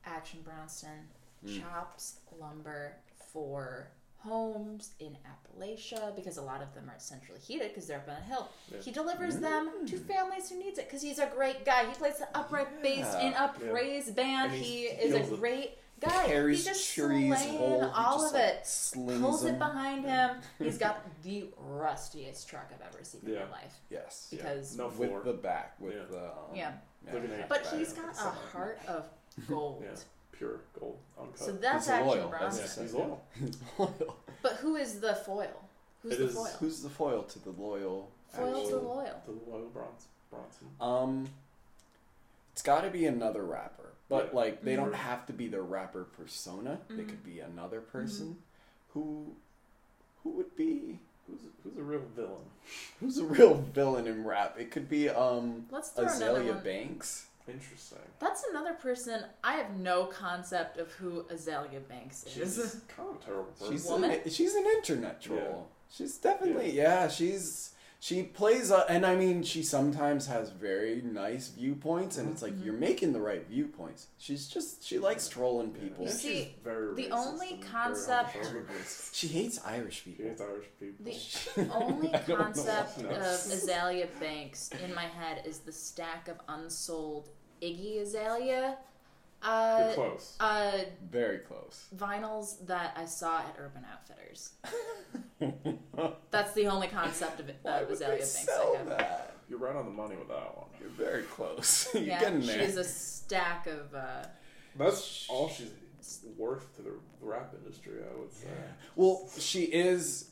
Action Bronson Hmm. chops lumber for homes in Appalachia because a lot of them are centrally heated because they're up on a hill. He delivers Hmm. them to families who needs it because he's a great guy. He plays the upright bass in a Yeah. praise band. And He he is kills a it. great guy. Carries He's just trees slaying whole. He all just, of like, it. slings Pulls them. it behind him. He's got the rustiest truck I've ever seen in Yeah. my life. yes, Yeah. Because- No with floor. the back, with Yeah. the um, Yeah. Looking at- But back. he's yeah, got a so- heart of gold. Yeah. Pure gold. Uncut. So that's He's Action loyal, that's Bronson. the yeah, he's Yeah. loyal. He's loyal. But who is the foil? Who's It the is- foil? Who's the foil to the loyal Foil to Actual- loyal. The loyal Bronze, Bronson. Um, it's got to be another rapper, but Yeah. like they don't Mhm. have to be their rapper persona. They could Mm-hmm. be another person who who would be Who's who's a real villain? who's a real villain in rap. It could be um Let's throw another Azalea one. Banks. Interesting. That's another person. I have no concept of who Azalea Banks is. She's kind of a terrible person. She's Woman? an, she's an internet troll. Yeah. She's definitely yeah. She's she plays uh, and I mean she sometimes has very nice viewpoints and it's like Mm-hmm. you're making the right viewpoints. She's just she likes trolling people. And Yeah. she's See, very the racist only and very concept- homophobic. She hates Irish she people. hates Irish people. The only I don't know. concept No. of Azalea Banks in my head is the stack of unsold Iggy Azalea You're uh, close. uh, Very close. vinyls that I saw at Urban Outfitters. That's the only concept of, it, Why of would Azalea they Banks sell I have. that? You're right on the money with that one. You're very close. You're yeah, getting there. she's a stack of. Uh, That's all she's worth to the rap industry, I would say. well, she is.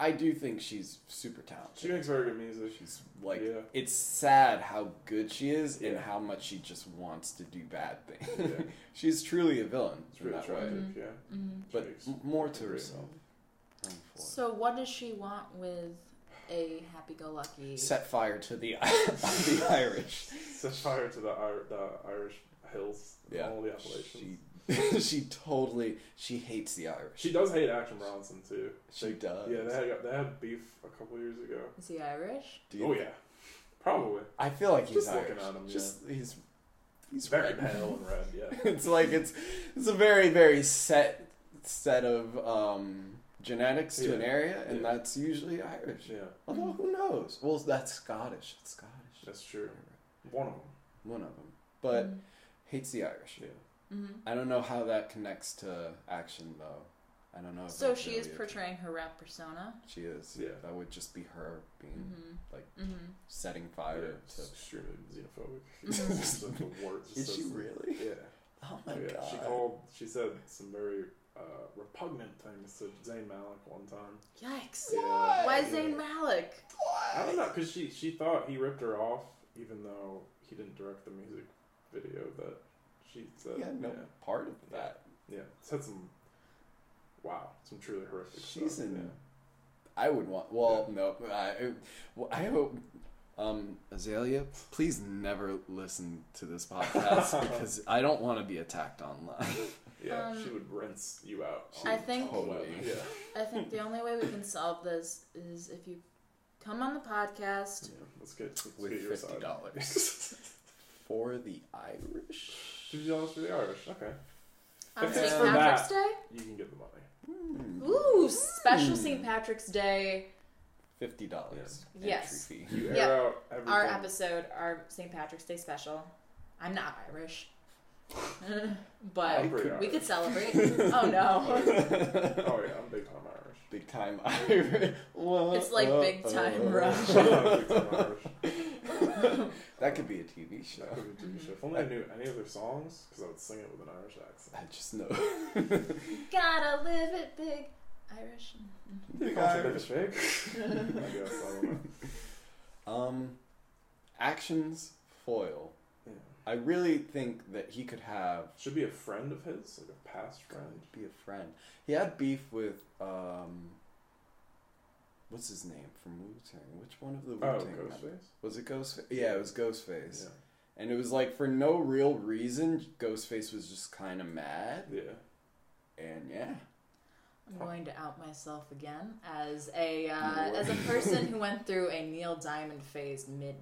I do think she's super talented. She makes very good music. She's like Yeah. it's sad how good she is and Yeah. how much she just wants to do bad things. Yeah. she's truly a villain It's in really that attractive, way, yeah. mm. but She makes m- more to great herself. Oh, music. So, what does she want with a happy go lucky? Set fire to the the Irish. Set fire to the, Ir- the Irish hills, and Yeah. all the Appalachians. She, She she totally she hates the Irish. does hate Action Bronson, too. She They- does. Yeah, they had, they had beef a couple years ago. Is he Irish? Do you- Oh, yeah. Probably. I feel like he's Just Irish. looking at him, just he's he's He's very red. pale and red, yeah. it's like it's it's a very very set set of um, genetics to Yeah. an area, and Yeah. that's usually Irish. Yeah, Although who knows? Well, that's Scottish. It's Scottish. that's true. One of them. One of them, but hates the Irish. Yeah. Mm-hmm. I don't know how that connects to action though. I don't know. if So Oh, that's she is really- portraying her rap persona. She is. Yeah. That would just be her being Mm-hmm. Like- mm-hmm. setting yeah. fire It's to. extremely xenophobic. Mhm. It's like the word- it's Is she just- really? Yeah. Oh my yeah, god. She called. She said some very uh, repugnant things to Zayn Malik one time. Yikes! Yeah. Why Yeah. Zayn Malik? I don't know because she she thought he ripped her off, even though he didn't direct the music video. But she said, Yeah, no yeah, part of that. yeah, said some wow, some truly horrific. She's stuff. in- yeah. I would want. Well, no. I, well, I hope. Um, Azalea, please never listen to this podcast because I don't want to be attacked online. Yeah, Um, she would rinse you out. She on I think- the web. Totally. Yeah, I think the only way we can solve this is if you come on the podcast. yeah. Let's get let's With get your fifty side. dollars for the Irish. Fifty dollars for the Irish. Okay, On Okay. St. For Patrick's Day? you can get the money. Hmm, Ooh, special Mm. St. Patrick's Day. Fifty dollars. Yes. Entry fee. You air Yeah. out everything. Our episode, our St. Patrick's Day special. I'm not Irish. I'm but pretty we Irish. could celebrate. oh no. Oh yeah, I'm big time Irish. Big time Irish. uh, Whoa, It's like whoa, big time whoa. rush. That could be a TV show. That could be a TV show. If only I knew any of their songs, because I would sing it with an Irish accent. I just know. Gotta live it big. Irish. Big Irish fake? I guess, I don't know. Um, actions foil. Yeah. I really think that he could have Should be a friend of his, like a past friend. be a friend. He had beef with um. What's his name from Wu Tang? Which one of the Wu Oh, Tang? Ghostface? was it Ghostface? Yeah, it was Ghostface. Yeah. And it was like for no real reason, Ghostface was just kind of mad, Yeah. and yeah, I'm going to out myself again as a uh, No. as a person who went through a Neil Diamond phase mid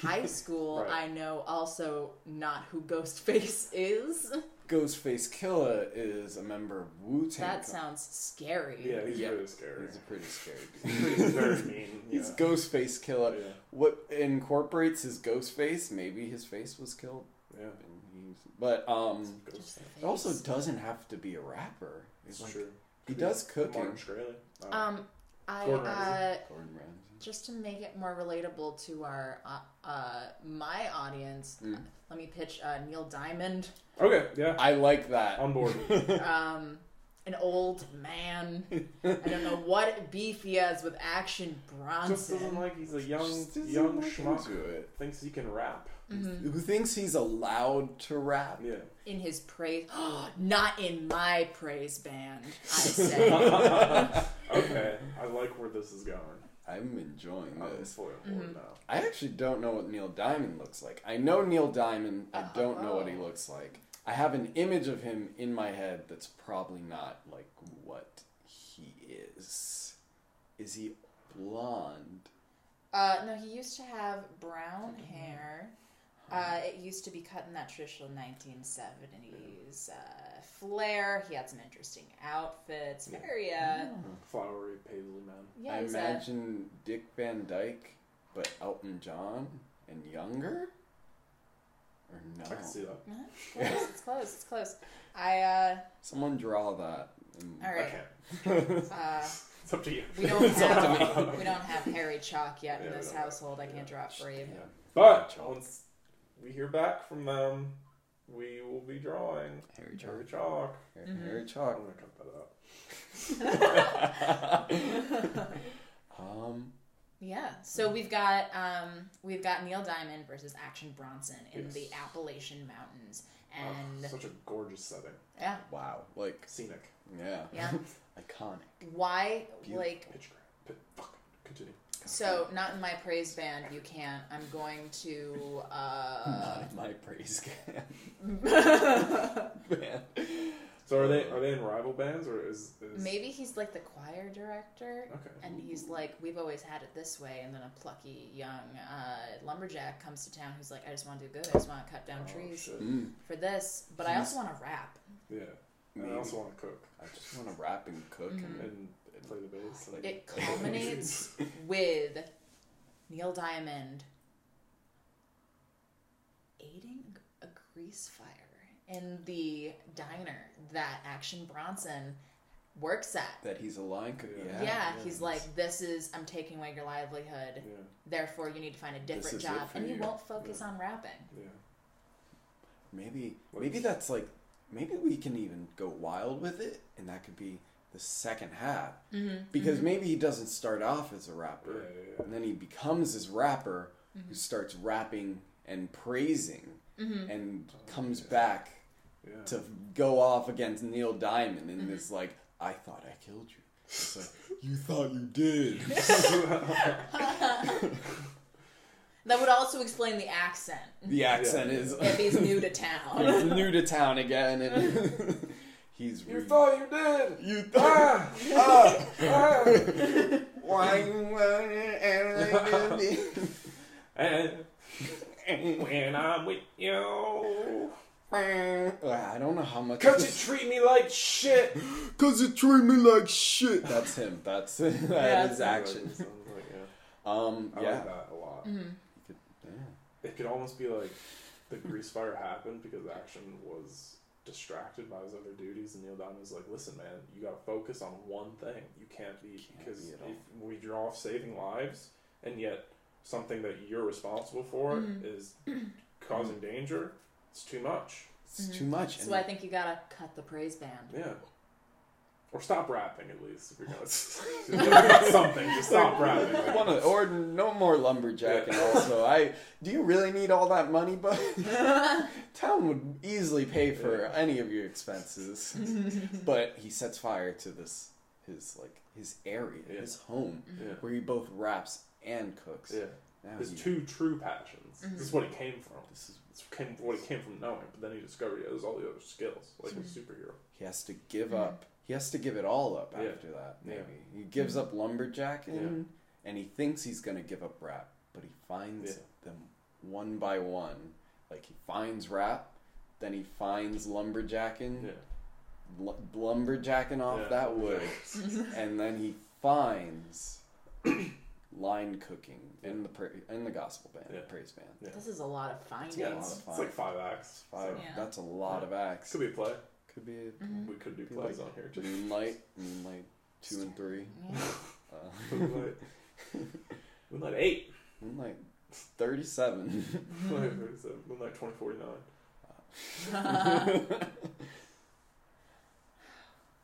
high school. Right. I know also not who Ghostface is. Ghostface Killer is a member of Wu Tang. That sounds scary. Yeah, he's Yeah. really scary. He's a pretty scary. He's dude. pretty- he's very mean. He's yeah. Ghostface Killer. Yeah. What incorporates his ghost face? Maybe his face was killed, yeah. and he's, but um, Ghost. Just the it also face. doesn't have to be a rapper. It's It's like, true. He does Martin cooking. Shkreli. Oh. Um, I Gordon uh, Ramsay. Gordon Ramsay. just to make it more relatable to our uh, uh my audience, Mm. let me pitch uh, Neil Diamond. okay, yeah. I like that. On board. Um, an old man. I don't know what beef he has with Action Just Bronson. doesn't like he's a young Just isn't young like schmuck into it. thinks he can rap. Mhm. Who thinks he's allowed to rap? Yeah. In his praise, not in my praise band. I say. okay, I like where this is going. I'm enjoying I'm this. fully on board Mm-hmm. now. I actually don't know what Neil Diamond looks like. I know Neil Diamond. I don't know what he Oh. looks like. I have an image of him in my head that's probably not like what he is. Is he blonde? Uh, no, he used to have brown hair. Uh, it used to be cut in that traditional 1970s uh, flair. He had some interesting outfits. Very, uh, Flowery paisley man. yeah, I he's a- imagine Dick Van Dyke, but Elton John and younger? Or no? I can see that. Uh-huh, it's close, it's close, it's close. I, uh, Someone draw that. And all I right. can't. Uh, It's up to you. we don't up to have we don't have Harry Chalk yet Yeah, in we this don't have- household. I can't draw it for you. Yeah. But once we hear back from them, we will be drawing. Harry Harry Chalk. Harry, Mm-hmm. Harry Chalk. I'm gonna cut that out. Um, Yeah. So we've got um, we've got Neil Diamond versus Action Bronson in Yes. the Appalachian Mountains, Oh, and such a gorgeous setting. yeah, wow. Like, Scenic. yeah. Yeah. Iconic. why Beautiful. like Pitch crap. Pit, fuck. Continue. so not in my praise band you can't. I'm going to uh, Not in my praise camp. So are they are they in rival bands or is, is maybe he's like the choir director. Okay. And he's like, we've always had it this way. And then a plucky young uh, lumberjack comes to town who's like, I just want to do good. I just want to cut down Oh, trees shit. Mm, for this. But I also want to rap. Yeah. And I Maybe. also want to cook I just want to rap and cook Mm. and and play the bass. Like, It culminates with Neil Diamond aiding a grease fire in the diner that Action Bronson works at. that he's a lion cook. Yeah. Yeah. Yeah, yeah, he's it's- like, this is, I'm taking away your livelihood. yeah, Therefore, you need to find a different is it job, for and you you. won't focus on rapping. yeah. Maybe What maybe is- that's like maybe we can even go wild with it and that could be the second half. Mm-hmm. Because maybe he doesn't start off as a rapper. Yeah, yeah, yeah. And then he becomes this rapper Mm-hmm. who starts rapping and praising and Oh, comes back Yeah. to go off against Neil Diamond and is like, I thought I killed you. It's like, Mm-hmm. you thought you did. That would also explain the accent. The accent Yeah. is If he's new to town. he's new to town again and he's You re- thought you did. you ah, ah, ah. Why you wanna And when I'm with you, I don't know how much. cause you treat me like shit. Cause you treat me like shit. That's him. That's that is Yeah. action. Sounds like, yeah. Um, I yeah. like that a lot. It could almost be like the grease fire happened because Action was distracted by his other duties, and Neil Diamond was like, "Listen, man, you gotta focus on one thing. You can't be Can't because be at all. if we draw off saving lives, and yet something that you're responsible for is causing Mm-hmm. danger. It's too much. It's too much. so I think you gotta cut the praise band. Yeah." Or stop rapping at least if you're gonna something. Just stop rapping. I wanna, or no more lumberjacking. Yeah. Also, I do you really need all that money, bud? Town would easily pay for any of your expenses, but he sets fire to this his like his area, Yeah. his home, Yeah. where he both raps and cooks. Yeah. Now His he- two true passions. This is what he came from. this is It's came what he came from knowing, but then he discovered he has all the other skills, like a superhero. He has to give up. He has to give it all up Mm-hmm. Yeah. after that. Yeah. Mm-hmm. Maybe he gives up lumberjacking, and he thinks he's gonna give up rap, but he finds Yeah. them one by one. Like he finds rap, then he finds lumberjacking, Yeah, lu- lumberjacking off Mm-hmm. Yeah. Oh, that wood, and then he finds line cooking in the pra- in the gospel band, Yeah. praise band. yeah. This is a lot of findings. yeah lot it's, of it's like five acts. Five. Yeah. That's a lot of This acts. could be a play. Could be, a We could do Be plays like- on here too. Moonlight, Moonlight two and three. Yeah. Uh, Moonlight. Moonlight eight. Moonlight thirty-seven. Moonlight thirty-seven. Moonlight Uh. twenty forty-nine.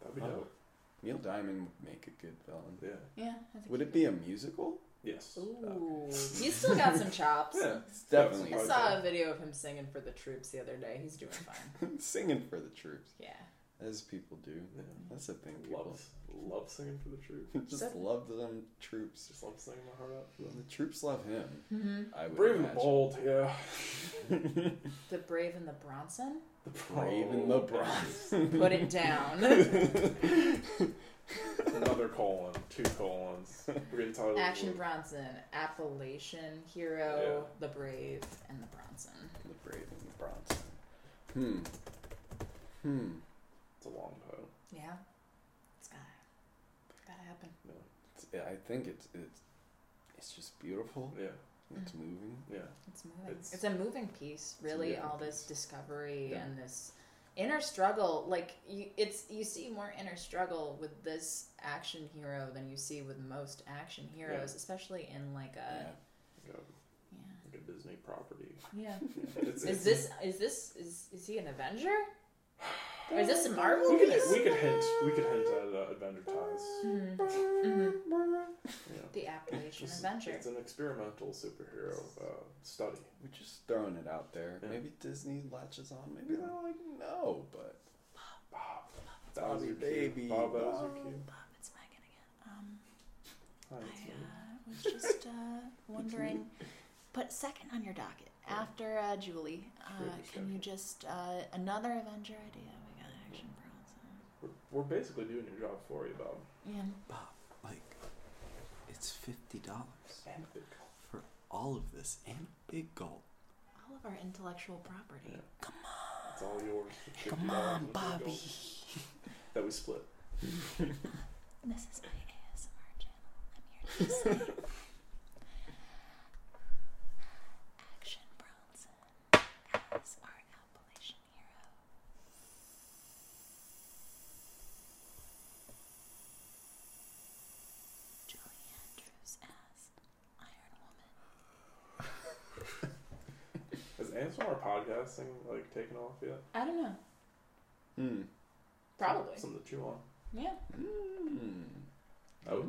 That'd be Oh. dope. Neil Diamond would make a good villain. Yeah. Yeah. I think Would he it be a musical? Yes. Ooh, he's He's still got some chops. Yeah. It's definitely I a saw a video of him singing for the troops the other day. He's doing fine. singing for the troops, Yeah. as people do. Yeah. That's the thing, people Love, love singing for the troops. just That- love them troops. Just love singing my heart out. for them. The troops love him. Mm-hmm. I would Brave and imagine. bold, yeah. The Brave and the Bronson. The Brave and the bronze. Put it down. Another colon, two colons. We're gonna talk Action about Bronson, Appalachian hero, the Brave, and the Bronson. The Brave and the Bronze. Hmm. Hmm. it's a long poem. Yeah, it's gotta, it's gotta happen. It's, I think it's it's it's just beautiful. Yeah, It's Mm. moving. yeah. It's moving. It's- It's, a moving piece, a really. moving All this piece. discovery Yeah. and this inner struggle, like you, it's you see more inner struggle with this action hero than you see with most action heroes, especially in like Uh. a Like a, yeah. like a Disney property. yeah. It's, Is it's- this is this is is he an Avenger? Or is this a Marvel? We could, piece? we could hint. We could hint at uh, Avenger ties. Mm-hmm. Yeah. The Appalachian It's, Adventure. it's an experimental superhero uh, study. We're just throwing it out there. Yeah. Maybe Disney latches on. Maybe they're like, no, but Bob, that was Bobby your cue. Baby. Bob, that was your Bob. cue. Bob, it's Megan again. Um, Hi, I it's me. uh, was just uh, wondering, put second on your docket after uh, Julie. Uh, Great can discussion. you just uh, another Avenger idea? We got action Bronson. We're, we're basically doing your job for you, Bob. Yeah. Like, it's fifty dollars And big for all of this and a big gulp. All of our intellectual property. Yeah. It's all yours. Come on, $50 Bobby. That we split. This is my ASMR channel. I'm here to say. action Bronson as our Appalachian hero. Julie Andrews as Has Iron Woman. ASMR podcasting like taken off yet? I don't know. hmm. Probably. Something to chew on. Yeah. Hmm. Oh,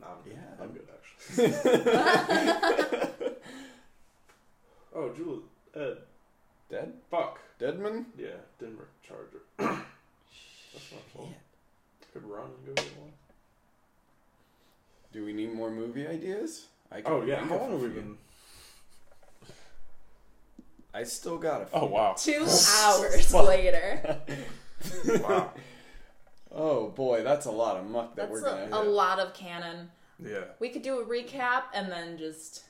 no, I'm good. Yeah. I'm good actually. oh, Julie, Ed, Dead fuck. Deadman. Yeah, Denver Charger. That's my fault. Could run and go get one. Do we need more movie ideas? I Oh yeah, think how of long a have we few. been? I still got a. Few. Oh wow, Two hours later. wow. Oh boy, that's a lot of muck that That's we're gonna. a, a lot of canon. Yeah. We could do a recap and then just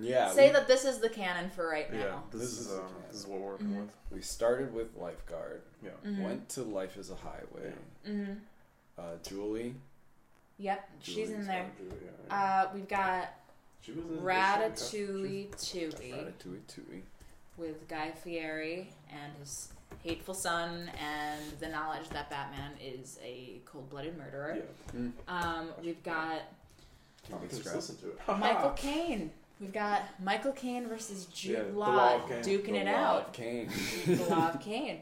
yeah. say we, that this is the canon for right Yeah, now. this, This is, is uh, okay. this is what we're working Mm-hmm. with. we started with lifeguard. Yeah, Went to life is a highway. Mm-hmm. Uh, Julie. Yep, she's in Julie's there. Julia, yeah. Uh, we've got she was in Ratatouille Tui Ratatouille. Tui. with Guy Fieri and his hateful son, and the knowledge that Batman is a cold-blooded Yeah, murderer. Um, we've got Can be just scrapped. listen to it. Michael Caine. We've got Michael Caine versus Ah. Yeah, Jude the Law Law of Cain. duking The it Law out. of Cain. the law of Cain.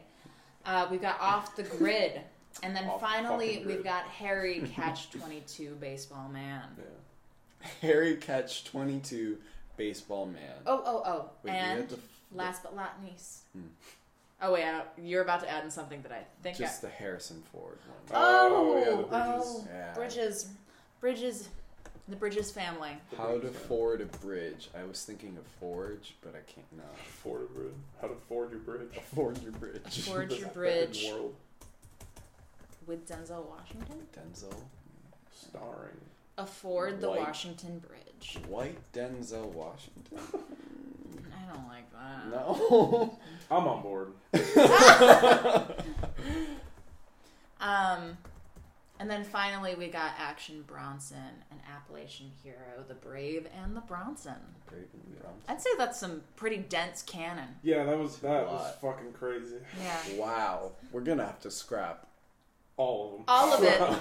Uh, we've got off the grid, and then Off the finally fucking we've grid. got Harry Catch Twenty Two Baseball Man. Yeah. Harry Catch 22 Baseball Man. Oh oh oh, Wait, we had and to f- last but not least. Hmm. Oh wait, I don't- you're about to add in something that I think. just I, the Harrison Ford one. Oh, yeah, the oh bridges. oh, Yeah. Bridges, Bridges, the Bridges family. How to Bridges, yeah. ford a bridge. I was thinking of forge, but I can't now. Ford a bridge. How to ford your bridge. Forge your bridge. Forge This your fucking bridge World with Denzel Washington. Denzel. starring. Afford the White. Washington Bridge. White Denzel Washington. I don't like that. No. I'm on board. Um, and then finally, we got Action Bronson, an Appalachian hero, the Brave and the Bronson. Brave and the Bronze. I'd say that's some pretty dense canon. Yeah, that was that was Lot. fucking crazy. Yeah. Wow. We're gonna have to scrap. All of them. All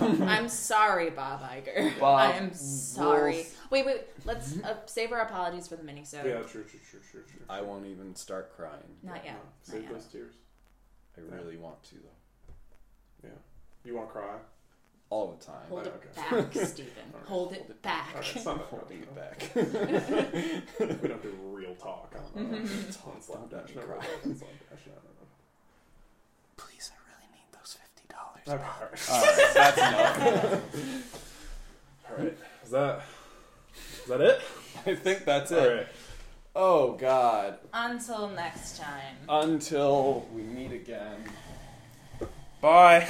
of it. I'm sorry, Bob Iger. Bob I am sorry. rules. Wait, wait. Let's uh, save our apologies for the minisode. Yeah, true, true, true, true, true. I won't even start crying. Not yet. No, save Not those tears. I really want to though. Yeah. You want to cry? all the time. Hold Okay. it back, Stephen. Alright. Hold it back. All right, it's not that bad. Holding it back. We don't do real talk on uh, Mm-hmm. on Slapdash. No, cry. no, no, Slapdash, no, no, Please, I really need those fifty dollars. no. Okay, all right. all right, that's enough. All right. Is that is that it? I think that's All it. right. Oh God! Until next time. Until we meet again. Bye.